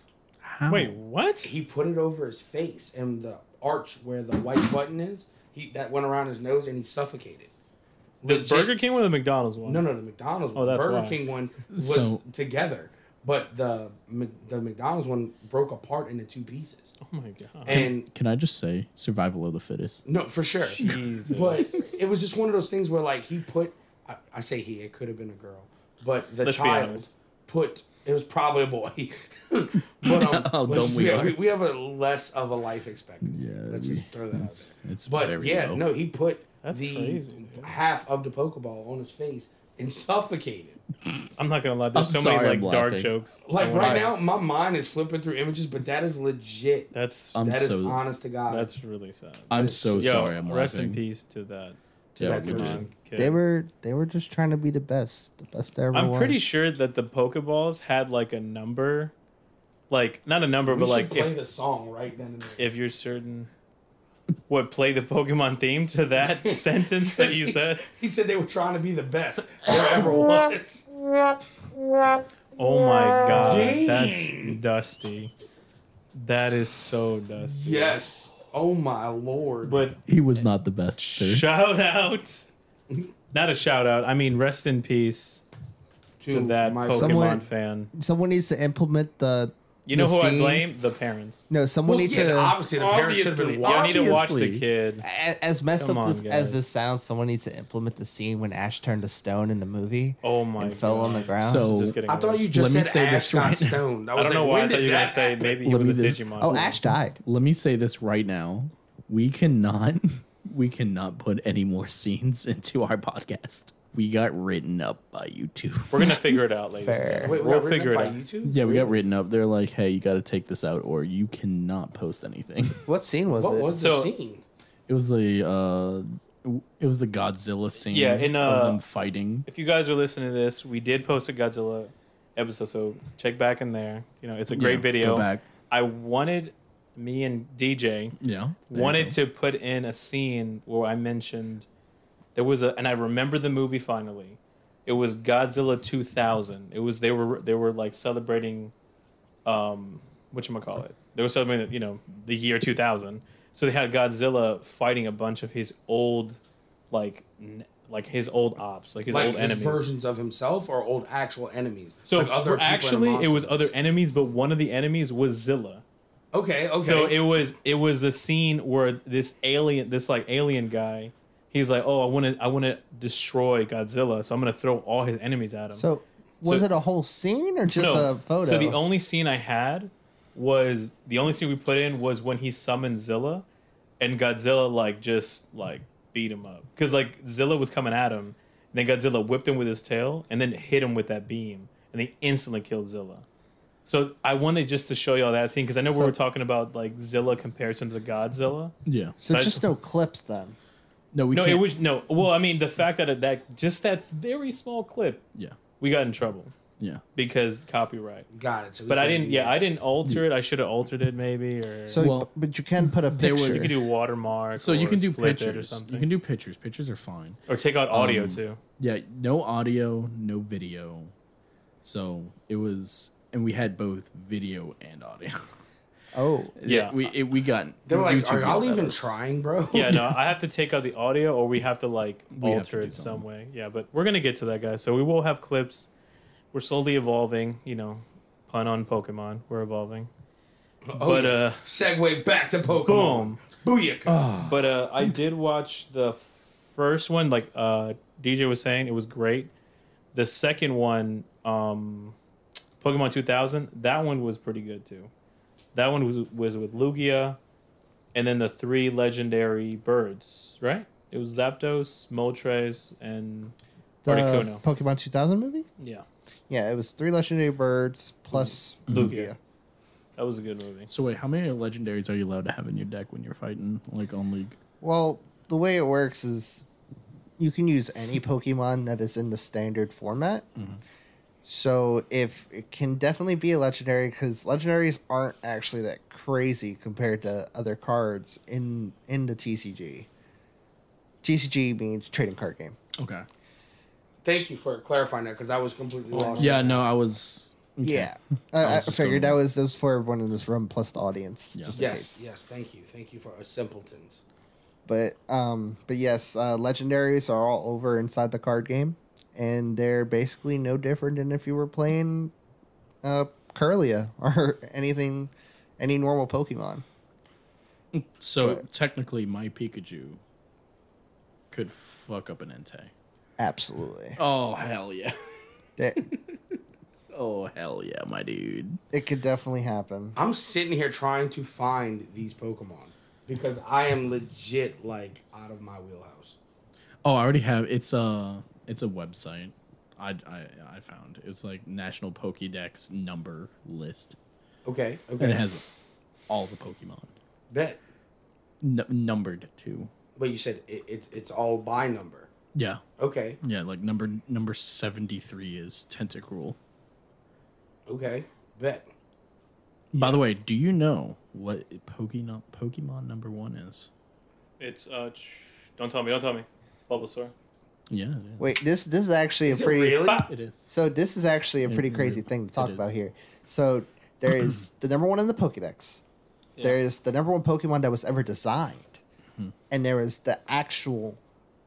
How?
Wait, what?
He put it over his face and the arch where the white button is, he that went around his nose and he suffocated.
The
Legit-
Burger King one or the McDonald's one?
No, no, the McDonald's one.
Oh, that's
Burger
why.
King one was
So-
together, but the Mc- the McDonald's one broke apart into two pieces.
Oh my god.
And
Can I just say survival of the fittest?
no, for sure.
Jesus.
But it was just one of those things where like he put I, I say he, it could have been a girl, but the
Let's be
child
honest.
put it was probably a boy. but um
How
let's
dumb
just-
we
yeah,
are.
we, we have a less of a life expectancy.
Yeah,
let's
we-
just throw that out
It's,
there.
it's
But
very
yeah,
low.
no, he put
That's
the
crazy, dude.
half of the Pokeball on his face and suffocated.
I'm not gonna lie. There's so
I'm sorry
many
I'm
like dark
laughing.
jokes. Oh, I
Like
wanna-
right now, my mind is flipping through images, but that is legit.
That's
I'm
that is
so-
honest to God.
that's really sad.
I'm so
Yo,
sorry. I'm
rest
laughing.
in peace to that.
Yeah,
that
good
person.
man.
kid.
They were they were just trying to be the best, the best there ever
I'm
was.
pretty sure that the Pokeballs had like a number, like not a number,
we
but
should
like
play
if,
the song right then and there.
if you're certain, what play the Pokemon theme to that sentence that you said.
He said they were trying to be the best there ever was.
Oh my god,
Dang.
that's dusty. That is so dusty.
Yes. Oh my lord.
But
He was not the best, sir.
shout out, not a shout out. I mean, rest in peace to that
my-
Pokemon
Someone-
fan.
someone needs to implement the.
You know
the
who I
scene-
blame? The parents.
No, someone
Well,
needs
yeah,
to.
obviously the parents should have been
Y'all need
watching.
to watch the
Obviously.
kid.
a- As messed
Come
up
on,
this,
guys.
as this sounds, someone needs to implement the scene when Ash turned to stone in the movie
Oh my
and fell
god.
on the ground.
So-
Just getting
I thought
worse.
you just
Let me
said
say
Ash
this
got
right now.
stoned. I,
I
was
don't
like,
know
when
why I
did
thought you were
that
gonna say
happen?
maybe he
Let
was a
me just-
Digimon.
oh, Ash died.
Let me say this right now. We cannot we cannot put any more scenes into our podcast. We got written up by YouTube.
We're gonna figure it out later.
Fair.
Wait, we
We'll
got
figure
written up
it out.
by YouTube?
Yeah, we got written up. They're like, "Hey, you got to take this out or you cannot post anything."
What scene was
What
it?
was the
So-
scene?
It was the uh it was the Godzilla scene
Yeah, in,
of
uh,
them fighting.
If you guys are listening to this, we did post a Godzilla episode, so check back in there. You know, it's a great
Yeah, go
video.
back.
I wanted me and DJ
Yeah. there you
wanted
go.
to put in a scene where I mentioned there was a, and I remember the movie finally. It was Godzilla 2000. It was they were they were like celebrating, um, what you call it? They were celebrating you know the year 2000. So they had Godzilla fighting a bunch of his old, like, n- like his old ops, like his
Like
old
his
enemies.
versions of himself or old actual enemies?
so
Like,
for-
people and
actually, it was
monsters?
other enemies, but one of the enemies was Zilla.
Okay, okay.
So it was it was the scene where this alien, this like alien guy, he's like, "Oh, I want to I want to destroy Godzilla, so I'm gonna throw all his enemies at him."
So was
So-
it a whole scene or just
No.
a photo?
So the only scene I had was the only scene we put in was when he summoned Zilla, and Godzilla like just like beat him up because like Zilla was coming at him, and then Godzilla whipped him with his tail and then hit him with that beam, and they instantly killed Zilla. So I wanted just to show y'all that scene because I know we were talking about like Zilla comparison to Godzilla.
Yeah.
so
I-
just no clips then.
No, we
No, it
can't-
was no. Well, I mean the fact that it, that just that very small clip,
Yeah.
we got in trouble
Yeah.
because copyright.
got it. So we
But I
can't
didn't.
do
Yeah,
that.
I didn't alter it. I should have altered it maybe, or
So,
Well,
but you can put a
there was-
picture.
you
you could do watermark.
So you
or
can do
flip it
pictures.
or something,
You can do pictures. Pictures are fine.
or take out audio
um,
too.
Yeah, no audio, no video. So it was, and we had both video and audio.
Oh,
Yeah.
we it, we got.
They were like,
YouTube
"Are y'all
yelled at
even
us.
trying, bro?"
Yeah, no, I have to take out the audio or we have to like
We have
alter
to do
it some
something.
way. Yeah, but we're going to get to that, guys. So we will have clips. We're slowly evolving, you know, pun on Pokemon. We're evolving. but, uh,
Oh, segue back to Pokemon.
Boom.
Booyaka.
But uh, I did watch the first one. Like uh, DJ was saying, it was great. The second one, um, Pokemon 2000, that one was pretty good too. That one was was with Lugia, and then the three legendary birds. Right? It was Zapdos, Moltres, and
the
Articuno.
Pokemon 2000 movie.
Yeah,
Yeah, it was three legendary birds plus
Mm-hmm.
Lugia.
that was a good movie.
So wait, how many legendaries are you allowed to have in your deck when you're fighting like on league?
Well, the way it works is you can use any Pokemon that is in the standard format.
Mm-hmm.
So if it can definitely be a legendary because legendaries aren't actually that crazy compared to other cards in in the TCG. TCG means trading card game.
Okay.
Thank you for clarifying that because I was completely lost.
Yeah. No, I was. okay.
Yeah, I, I
was just
figured that
gonna-
was those for everyone in this room plus the audience.
Yeah.
Just in
Yes.
case.
Yes. Thank you. Thank you for us simpletons.
But um, but yes, uh, legendaries are all over inside the card game, and they're basically no different than if you were playing uh, Curlia or anything, any normal Pokemon.
So
But-
technically, my Pikachu could fuck up an Entei.
Absolutely,
Oh hell yeah!
that,
Oh hell yeah, my dude.
it could definitely happen.
I'm sitting here trying to find these Pokemon because I am legit like out of my wheelhouse.
Oh, I already have. It's a it's a website. I I, I found it's like National Pokédex number list,
Okay. Okay.
and it has all the Pokemon
Bet.
N- numbered too.
But you said it, it, it's all by number.
Yeah,
Okay.
yeah. Like number number seventy three is Tentacruel.
Okay. Bet.
By the way, do you know what Pokemon Pokemon number one is?
It's uh, ch- don't tell me, don't tell me, Bulbasaur.
Yeah, it
Wait, this this is actually
Is
a
it
pretty.
really?
is. It is.
So this is actually a pretty
it-
crazy thing to talk
it is.
about here. So there is the number one in the Pokédex. There is the number one Pokemon that was ever designed,
Hmm.
and there is the actual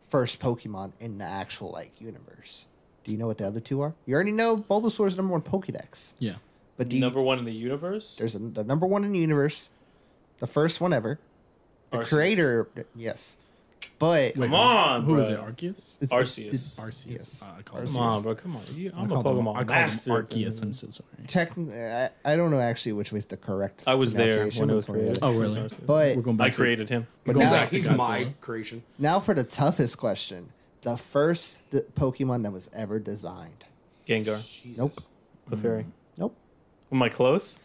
first Pokemon in the actual like universe. Do you know what the other two are? You already know Bulbasaur's number one Pokédex,
Yeah.
but do you,
Number one in the universe.
there's a, the number one in the universe, the first one ever, the
Arceus.
creator. Yes, but
Wait,
Come on,
Who is it?
bruh.
Arceus.
it's-
Arceus.
Arceus.
Yes.
Uh, I call
Come
him-
on, bro. Come on. You,
I
I'm a
called him-
Pokemon
I called him
master.
Arceus. I'm so sorry.
technically, I, I don't know actually which was the correct.
I was there
pronunciation
when it was
of one or the
created.
other.
Oh, really?
But
We're going
I
back to-
created him.
But
Going
now-
back to
He's
Godzilla.
my creation.
Now for the toughest question. The first d- Pokemon that was ever designed.
Gengar.
Jesus.
Nope.
Clefairy.
Nope.
Am I close?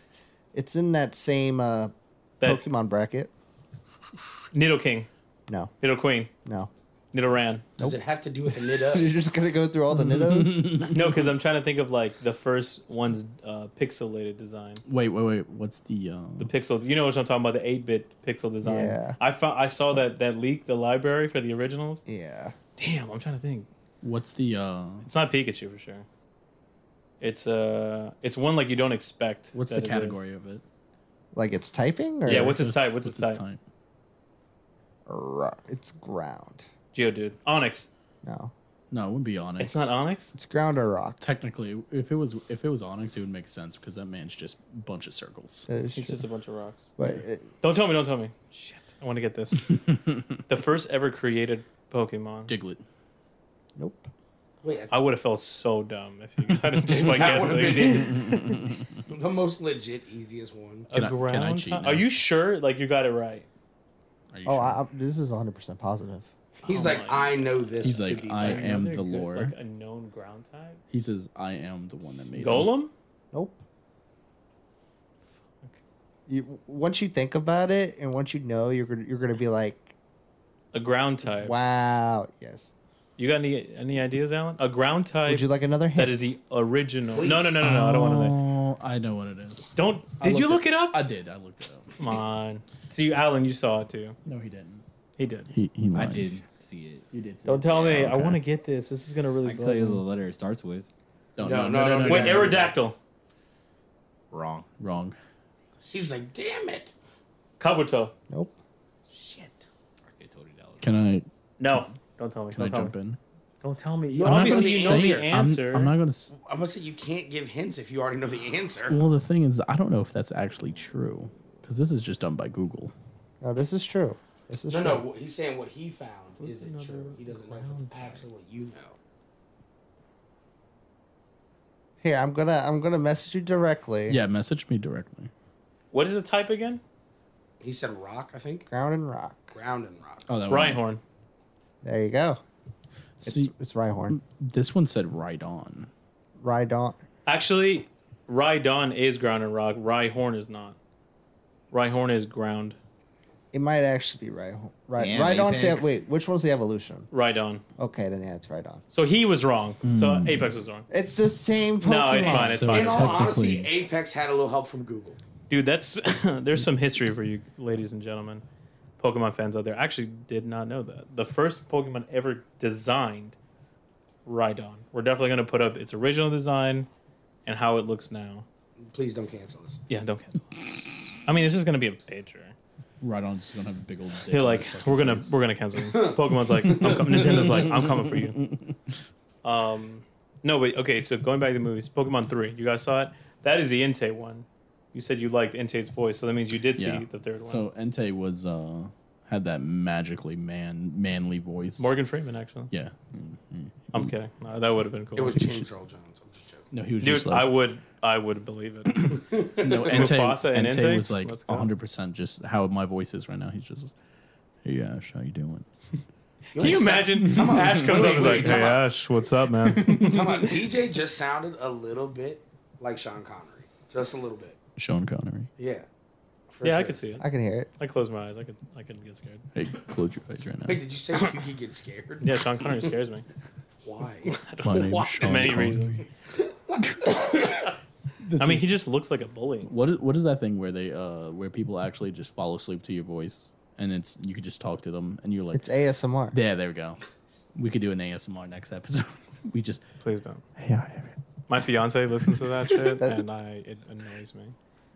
It's in that same uh,
That-
Pokemon bracket.
Nido King,
No,
Nido Queen,
no.
Nido Ran.
Does it have to do with a knit up?
You're just going to go through all the Niddos?
No, because I'm trying to think of like the first one's uh, pixelated design.
Wait, wait, wait. What's the um,
The pixel, you know what I'm talking about, the 8-bit pixel design.
Yeah.
I found, I saw that that leak the library for the originals.
yeah.
Damn, I'm trying to think.
what's the uh,
It's not Pikachu for sure. It's uh, it's one like you don't expect.
what's the
that it is.
category of it?
Like it's typing? Or
Yeah, what's its type? What's its
his
type?
Ru- It's ground.
Geodude. Onyx.
No.
No, it wouldn't be Onyx.
It's not Onyx.
It's ground or rock.
Technically, if it was if it was Onyx, it would make sense because that man's just a bunch of circles.
That is
It's
true.
just a bunch of rocks.
But it,
Don't tell me. Don't tell me. Shit. I want to get this. the first ever created Pokemon.
Diglett.
nope.
Wait,
I would have felt so dumb if you got it just by
that would have been
guessing.
it. the most legit, easiest one.
A
Can I- can I
ground
cheat
type?
now?
Are you sure? Like you got it right?
Are you
Oh,
sure?
I, I, this is 100% positive.
He's like,
my
I know this.
Oh He's
to
like,
be
I
fact."
am
They're
the
good,
lore.
Like a known ground type.
he says I am the one that made him."
Golem.
Nope. You, once you think about it and once you know, you're going to you're gonna be like,
A ground type.
wow. Yes.
You got any any ideas, Alan? A ground type
Would you like another hint?
that is the original. No, no, no, no, no. I don't want to. Know.
Oh, I know what it is.
Don't.
I
Did you look
looked
it up?
I did. I looked it up.
Come on. See, Alan, you saw it too.
No, he didn't.
He did.
He, he
I did see it.
You did. say
Don't
it.
tell me. I
okay.
want to get this. This is gonna
I
really.
can tell you the
blow
letter it starts with.
Don't,
No, no, no,
me.
no,
Wait,
no.
Aerodactyl.
Wrong. Wrong.
He's like, damn it.
Kabuto.
Nope.
Shit.
Can I
No, don't tell me.
can I
don't tell
jump
me.
in?
Don't tell me. You
I'm not gonna
obviously you know
say
the
it. I'm-
answer.
I'm, I'm not gonna. s-
I'm gonna say you can't give hints if you already know the answer.
Well, the thing is, I don't know if that's actually true because this is just done by Google.
No, this is true. This is
No,
true.
no, what- he's saying what he found isn't true. He doesn't know if it's actually what you know.
Here, I'm gonna I'm gonna message you directly.
Yeah, message me directly.
What is the type again?
He said rock, I think.
Ground and rock.
Ground and rock.
Oh, that one.
Rhinehorn.
There you go. It's,
See,
it's Rhyhorn.
this one said right on.
Rhydon.
Actually, Rhydon is ground and rock. Rhyhorn is not. Rhyhorn is ground.
It might actually be Rhyhorn. Right.
Damn,
Rhydon's the,
Apex.
wait, which one's the evolution?
Rhydon.
Okay, then yeah, it's Rhydon.
So he was wrong. So Apex was wrong.
It's the same Pokemon.
No, it's fine. It's
So
fine.
In
It's
all
fine.
honesty,
technically-
Apex had a little help from Google.
Dude, that's there's some history for you, ladies and gentlemen, Pokemon fans out there. I actually did not know that. The first Pokemon ever designed, Rhydon. We're definitely gonna put up its original design and how it looks now.
Please don't cancel us.
Yeah, don't cancel. I mean, it's just gonna be a picture.
Right on. Just gonna have a big old. Dick
They're
on
like,
their fucking
we're gonna
face.
we're gonna cancel. you." Pokemon's like, I'm com- Nintendo's like, I'm coming for you. Um, no, but okay. So going back to the movies, Pokemon Three. You guys saw it. That is the Entei one. You said you liked Entei's voice, so that means you did see
Yeah.
the third one.
So Entei was uh had that magically man manly voice.
Morgan Freeman, actually.
Yeah.
I'm kidding. No, that would have been cool.
It was James Earl Jones. I'm just joking.
No, he was
Dude,
just like
I would, I would believe it.
no, Entei,
Mufasa and
Entei,
Entei?
was like
Let's go.
100 percent just how my voice is right now. He's just, hey Ash, how you doing?
Can you imagine? Ash comes up and is like, "Hey, Ash, what's up, man?"
Come on, DJ just sounded a little bit like Sean Connery. Just a little bit.
Sean Connery.
Yeah. For
yeah, I
sure.
could see it.
I can hear it.
I close my eyes. I could, I could get scared.
Hey, close your eyes right now.
Wait, did you say you could get scared?
Yeah, Sean Connery scares me.
Why?
My name's
Why?
Sean
Many
Connery.
reasons. I mean, he just looks like a bully.
What is what is that thing where they uh where people actually just fall asleep to your voice and it's you could just talk to them and you're like
It's ASMR.
yeah there we go. We could do an ASMR next episode. we just
Please don't.
yeah
My fiance listens to that shit,
That-
and I it annoys me.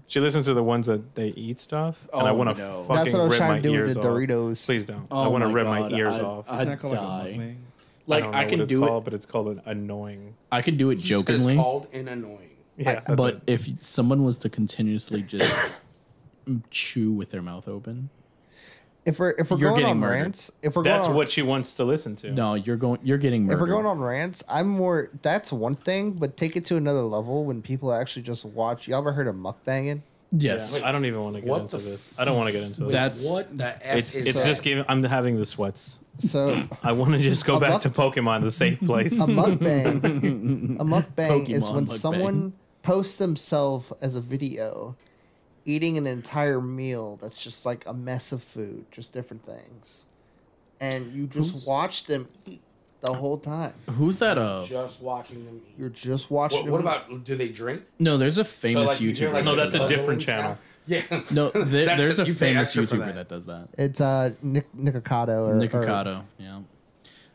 She listens to the ones that they eat stuff, and I
Oh,
want to
no.
fucking
That's what I was
rip my
trying to do
ears
with the
off.
Doritos.
Please don't. I
Oh
want to
my
rip
God,
my ears
I-
off.
I-
Isn't that called like a
die.
mukbang?
like
don't
I,
know
can
what it's
do
called,
it.
but it's called an annoying.
I can do it
It's
jokingly.
called an annoying.
Yeah, that's
but
it.
if someone was to continuously just chew with their mouth open,
If we're if we're
You're
going
getting
on
murdered.
rants, if we're
that's
going on,
what she wants to listen to.
no, you're going. You're getting
if
murdered.
we're going on rants, I'm more. That's one thing, but take it to another level when people actually just watch. Y'all ever heard of mukbanging?
yes,
I don't even want to get
What
into
the
this. I don't want to get into this.
that's
What the F
It's
is
it's
that?
just giving. I'm having the sweats.
So
I want to just go
A
back
muck-
to Pokemon, the safe place.
a mukbang, a mukbang is
Pokemon
when
mukbang.
someone posts themselves as a video eating an entire meal that's just like a mess of food, just different things, and you just watch them eat the whole time.
who's that? Uh,
Just watching them eat.
You're just watching.
What,
them
what
eat.
about do they drink?
no, there's a
So,
famous
like, you hear,
YouTuber.
like,
No,
the
that's a
buzzing
different
sound?
channel.
Yeah.
no. There,
That's
there's
a-
a
you pay
famous
extra for
YouTuber
that.
that. does that.
It's uh Nick Nikocado or
Nick
or-
Ocado, yeah.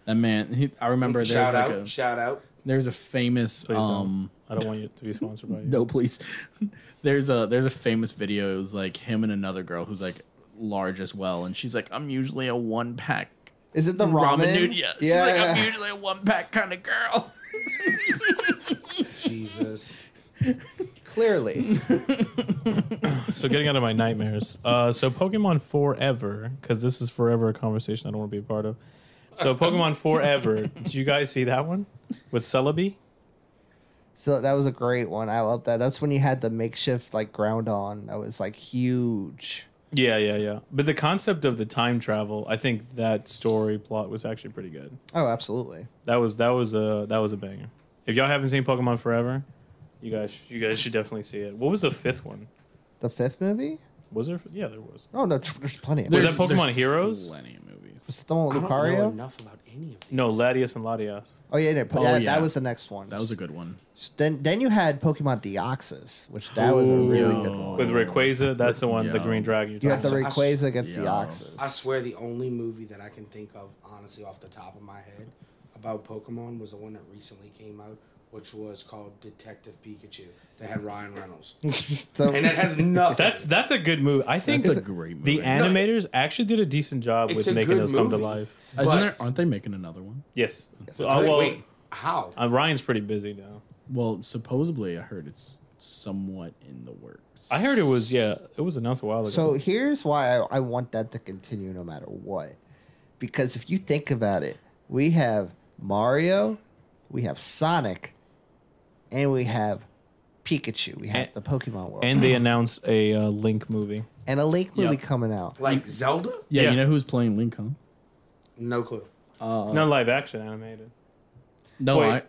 That man, he, I remember there's
Shout
like
out!
a
Shout out!
there's a famous
Please don't.
um
I don't want you to be sponsored by you.
No, please. There's a there's a famous video. It was like him and another girl who's like large as well, and she's like, "I'm usually a one pack
Is it the ramen?
ramen, dude." Yeah. She's
yeah.
like, "I'm usually a one pack kind of girl."
Jesus.
Clearly,
So getting out of my nightmares. Uh, so Pokemon Forever, because this is forever a conversation I don't want to be a part of. So Pokemon Forever, did you guys see that one with Celebi?
so that was a great one. I love that. That's when he had the makeshift like ground on. That was like huge.
Yeah, yeah, yeah. But the concept of the time travel, I think that story plot was actually pretty good.
Oh, absolutely.
That was that was a that was a banger. If y'all haven't seen Pokemon Forever, you guys you guys should definitely see it. What was the fifth one?
The fifth movie?
Was there? Yeah, there was.
Oh no, tr- there's plenty. Of
Was
them.
that Pokemon Heroes?
Plenty of movies.
Was it the one
I
with
don't know
Lucario?
enough about any of these.
No, Latias and Latias.
Oh yeah, yeah,
Oh,
yeah,
yeah.
that was the next one.
That was a good one.
then then you had Pokemon Deoxys, which that was a really good
Ooh.
one.
With Rayquaza, that's the one, the
Oh. Yeah.
green dragon.
You had the
talking about.
Rayquaza against
Yeah.
I
Deoxys.
swear, the only movie that I can think of, honestly, off the top of my head, about Pokemon was the one that recently came out which was called Detective Pikachu that had Ryan Reynolds,
So
and that has nothing.
That's that's a good movie. I think
It's a
the-
great movie.
the animators actually did a decent job
It's
with
a
making
good
those come to
movie.
life.
Isn't
but-
there, aren't they making another one?
Yes.
So
Uh,
wait,
well,
wait, how?
uh, Ryan's pretty busy now.
Well, supposedly I heard it's somewhat in the works.
I heard it was yeah, it was announced a while ago.
So here's why I, I want that to continue no matter what. Because if you think about it, we have Mario, we have Sonic, and we have Pikachu. We have
And-
the Pokemon world.
and they announced a uh, Link movie.
And a Link movie
Yep.
coming out.
Like Zelda?
Yeah,
Yeah.
you know who's playing Link, huh?
No clue.
Uh,
Not live action animated.
No,
Wait.
I,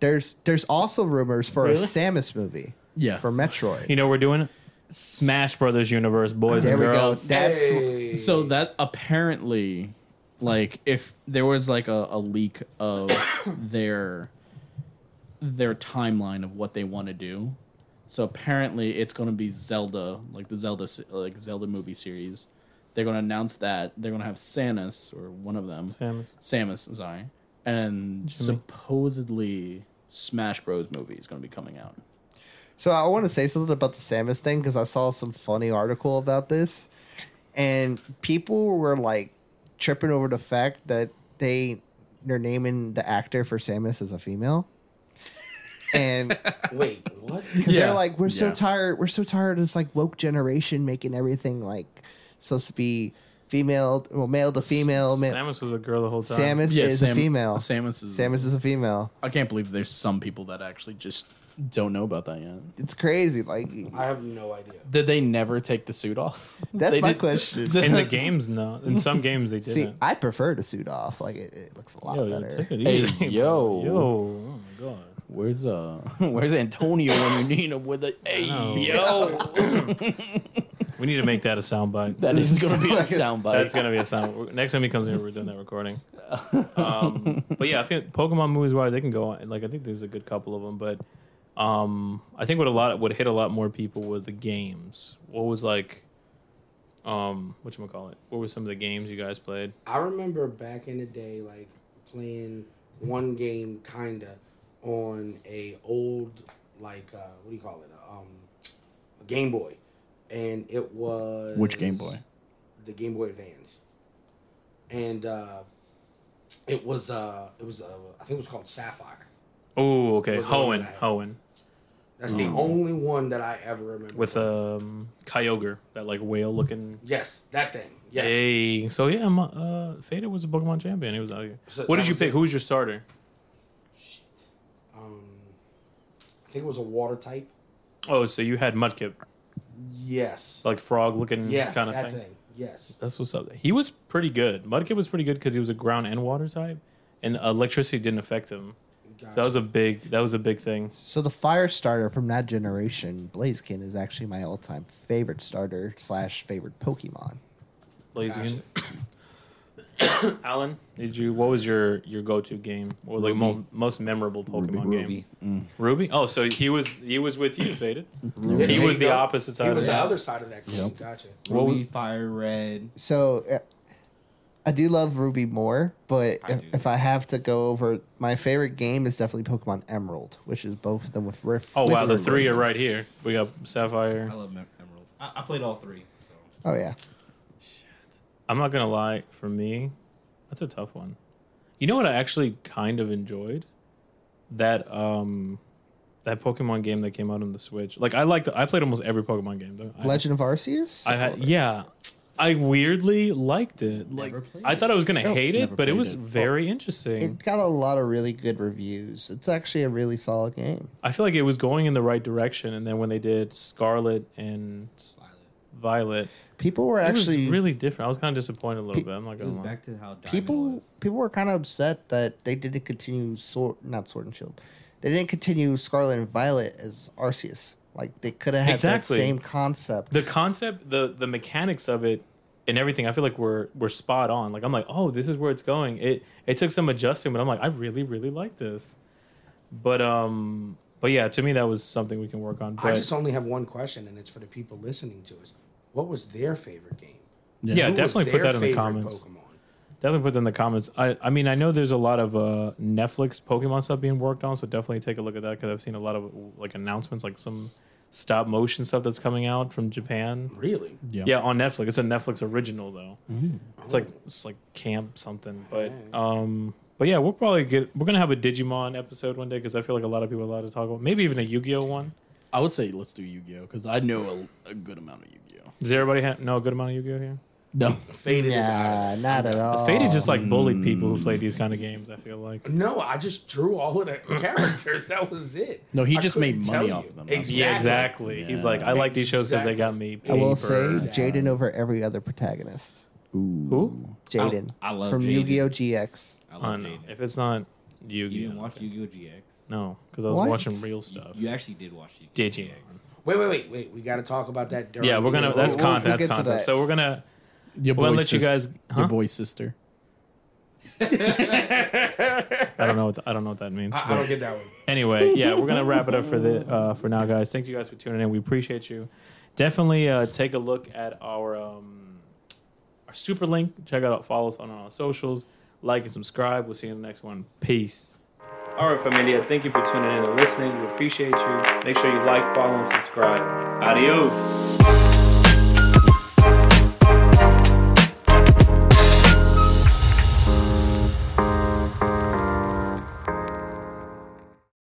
There's there's also rumors for
Really?
a Samus movie
yeah.
for Metroid.
You know what we're doing Smash Brothers universe, boys
There
and
we go.
girls.
That's
Hey.
so that apparently, like, if there was like a, a leak of their their timeline of what they want to do, so apparently it's going to be Zelda, like the Zelda se- like Zelda movie series. They're going to announce that they're going to have Samus or one of them.
Samus.
Samus, sorry. And supposedly Smash Bros. movie is going to be coming out.
So I want to say something about the Samus thing because I saw some funny article about this, and people were like tripping over the fact that they they're naming the actor for Samus as a female, and
Wait, what?
because
Yeah.
they're like, we're so
Yeah.
tired, we're so tired of this like woke generation making everything like supposed to be female, well male to female, male.
Samus was a girl the whole time.
Samus
uh, Yeah,
is
Sam-
a female.
Samus is.
Samus is a female.
I can't believe there's some people that actually just don't know about that yet.
It's crazy. Like
I have no idea.
Did they never take the suit off?
that's
They
my
did-
question.
In the games, no. In some games, they
See,
didn't.
I prefer the suit off. Like it, it looks a lot
yo, yo,
better.
take it
Hey,
easy.
yo.
Yo. Oh, my God.
Where's uh Where's Antonio when you need him with a hey,
know.
yo?
We need to make that a soundbite.
That is gonna be a
That's
soundbite.
gonna be a sound. Next time he comes in, we're doing that recording. Um, but yeah, I think Pokemon movies wise, they can go on. Like I think there's a good couple of them, but um, I think what a lot would hit a lot more people were the games. What was like, um, what you call it? What were some of the games you guys played?
I remember back in the day, like playing one game kinda on a old like uh, what do you call it? Um, a Game Boy, and it was
Which Game Boy?
The Game Boy Advance, and uh, it was uh, it was uh, I think it was called Sapphire.
Oh, okay,
Was the one
Hoenn,
that-
Hoenn
That's the only one that I ever remember.
Mm. with um, Kyogre, that like whale looking.
yes, that thing. Yes,
Hey, so yeah, my, uh, Fader was a Pokemon champion. He was out here.
So
what
that
did you
was
pick?
it.
Who was your starter?
um, I think it was a water type.
Oh, so you had Mudkip,
Yes,
like frog looking
yes,
kind of
that
thing.
thing. Yes.
That's what's up. He was pretty good. Mudkip was pretty good because he was a ground and water type, and uh, electricity didn't affect him. So that was a big that was a big thing.
So the fire starter from that generation, Blaziken, is actually my all-time favorite starter slash favorite Pokemon.
Blazing. Alan, did you? What was your your go to game or like mo- most memorable Pokemon game? Ruby. Oh, so he was he was with you, faded. He
There
was
you
the
go.
opposite side.
He was
of
the
that.
other side of that coin. Gotcha.
What
Ruby,
was-
fire red.
So uh, I do love Ruby more, but
I
if,
do.
if I have to go over, my favorite game is definitely Pokemon Emerald, which is both of them with Rift.
Oh wow, the
with
three
Ruby.
are right here. We got Sapphire.
I love Em- Emerald. I, I played all three. So.
Oh yeah,
I'm not gonna lie, for me, that's a tough one. You know what I actually kind of enjoyed? That um that Pokemon game that came out on the Switch. Like I liked I played almost every Pokemon game though. I-
Legend of Arceus.
I had yeah. I weirdly liked it. Like
played
I thought I was gonna hate
never
it, but it
played
was
it.
very interesting.
it got a lot of really good reviews. It's actually a really solid game.
I feel like it was going in the right direction, and then when they did Scarlet and Violet,
People were
it was
actually
really different. I was kind of disappointed a little bit. I'm not
It was
gonna lie.
back to how Diamond
people
was.
people were kind of upset that they didn't continue sword not sword and shield they didn't continue scarlet and violet as arceus like they could have had
Exactly.
that same concept
the concept the the mechanics of it and everything i feel like we're we're spot on like i'm like oh this is where it's going it it took some adjusting but i'm like i really really like this but um but yeah to me that was something we can work on but
I just only have one question, and it's for the people listening to us. What was their favorite game?
yeah
Who was
definitely put
their
that in the
favorite
comments
Pokemon.
Definitely put that in the comments. I, I mean, I know there's a lot of uh, Netflix Pokemon stuff being worked on, so definitely take a look at that because I've seen a lot of like announcements, like some stop motion stuff that's coming out from Japan.
Really?
Yeah, on Netflix. It's a Netflix original though.
Mm-hmm.
It's like it's like camp something, but um, but yeah, we'll probably get we're gonna have a Digimon episode one day because I feel like a lot of people are allowed to talk about. Maybe even a Yu Gi Oh one.
I would say let's do Yu Gi Oh because I know a, a good amount of Yu Gi Oh.
Does everybody ha- know a good amount of Yu Gi Oh here?
No,
Faded is out.
Nah, not at all.
Faded just like bullied people who played these kind of games. I feel like.
No, I just drew all of the characters. that was it.
No, he
I
just
couldn't
made money
tell
off of them.
Exactly.
Yeah, exactly. He's like, I like these shows because they got me.
I will
paid
say
for-
Jaden over every other protagonist.
who?
Jaden.
I love
From
Jaden.
Yu Gi Oh! GX.
I
I
love
don't know.
Jaden.
If it's not
You
Yu-Gi-Oh,
didn't watch Yu-Gi-Oh! GX.
no, because I was
What?
watching real stuff.
You actually did watch Yu-Gi-Oh!
Did you?
Wait, wait, wait, wait. We got to talk about that during.
Yeah, we're gonna.
the-
That's
we'll- we'll
content.
get to
That's content.
that.
So we're gonna.
Your
We'll
boy's
let you
sis-
guys. Huh?
Your boy's sister.
I don't know. What the, I don't know what that means.
I, I
but-
don't get that one.
anyway, yeah, we're gonna wrap it up for the uh, for now, guys. Thank you guys for tuning in. We appreciate you. Definitely uh, take a look at our um, our super link. Check out follow us on our socials. Like and subscribe. We'll see you in the next one. Peace. All right, familia. Thank you for tuning in and listening. We appreciate you. Make sure you like, follow, and subscribe. Adios.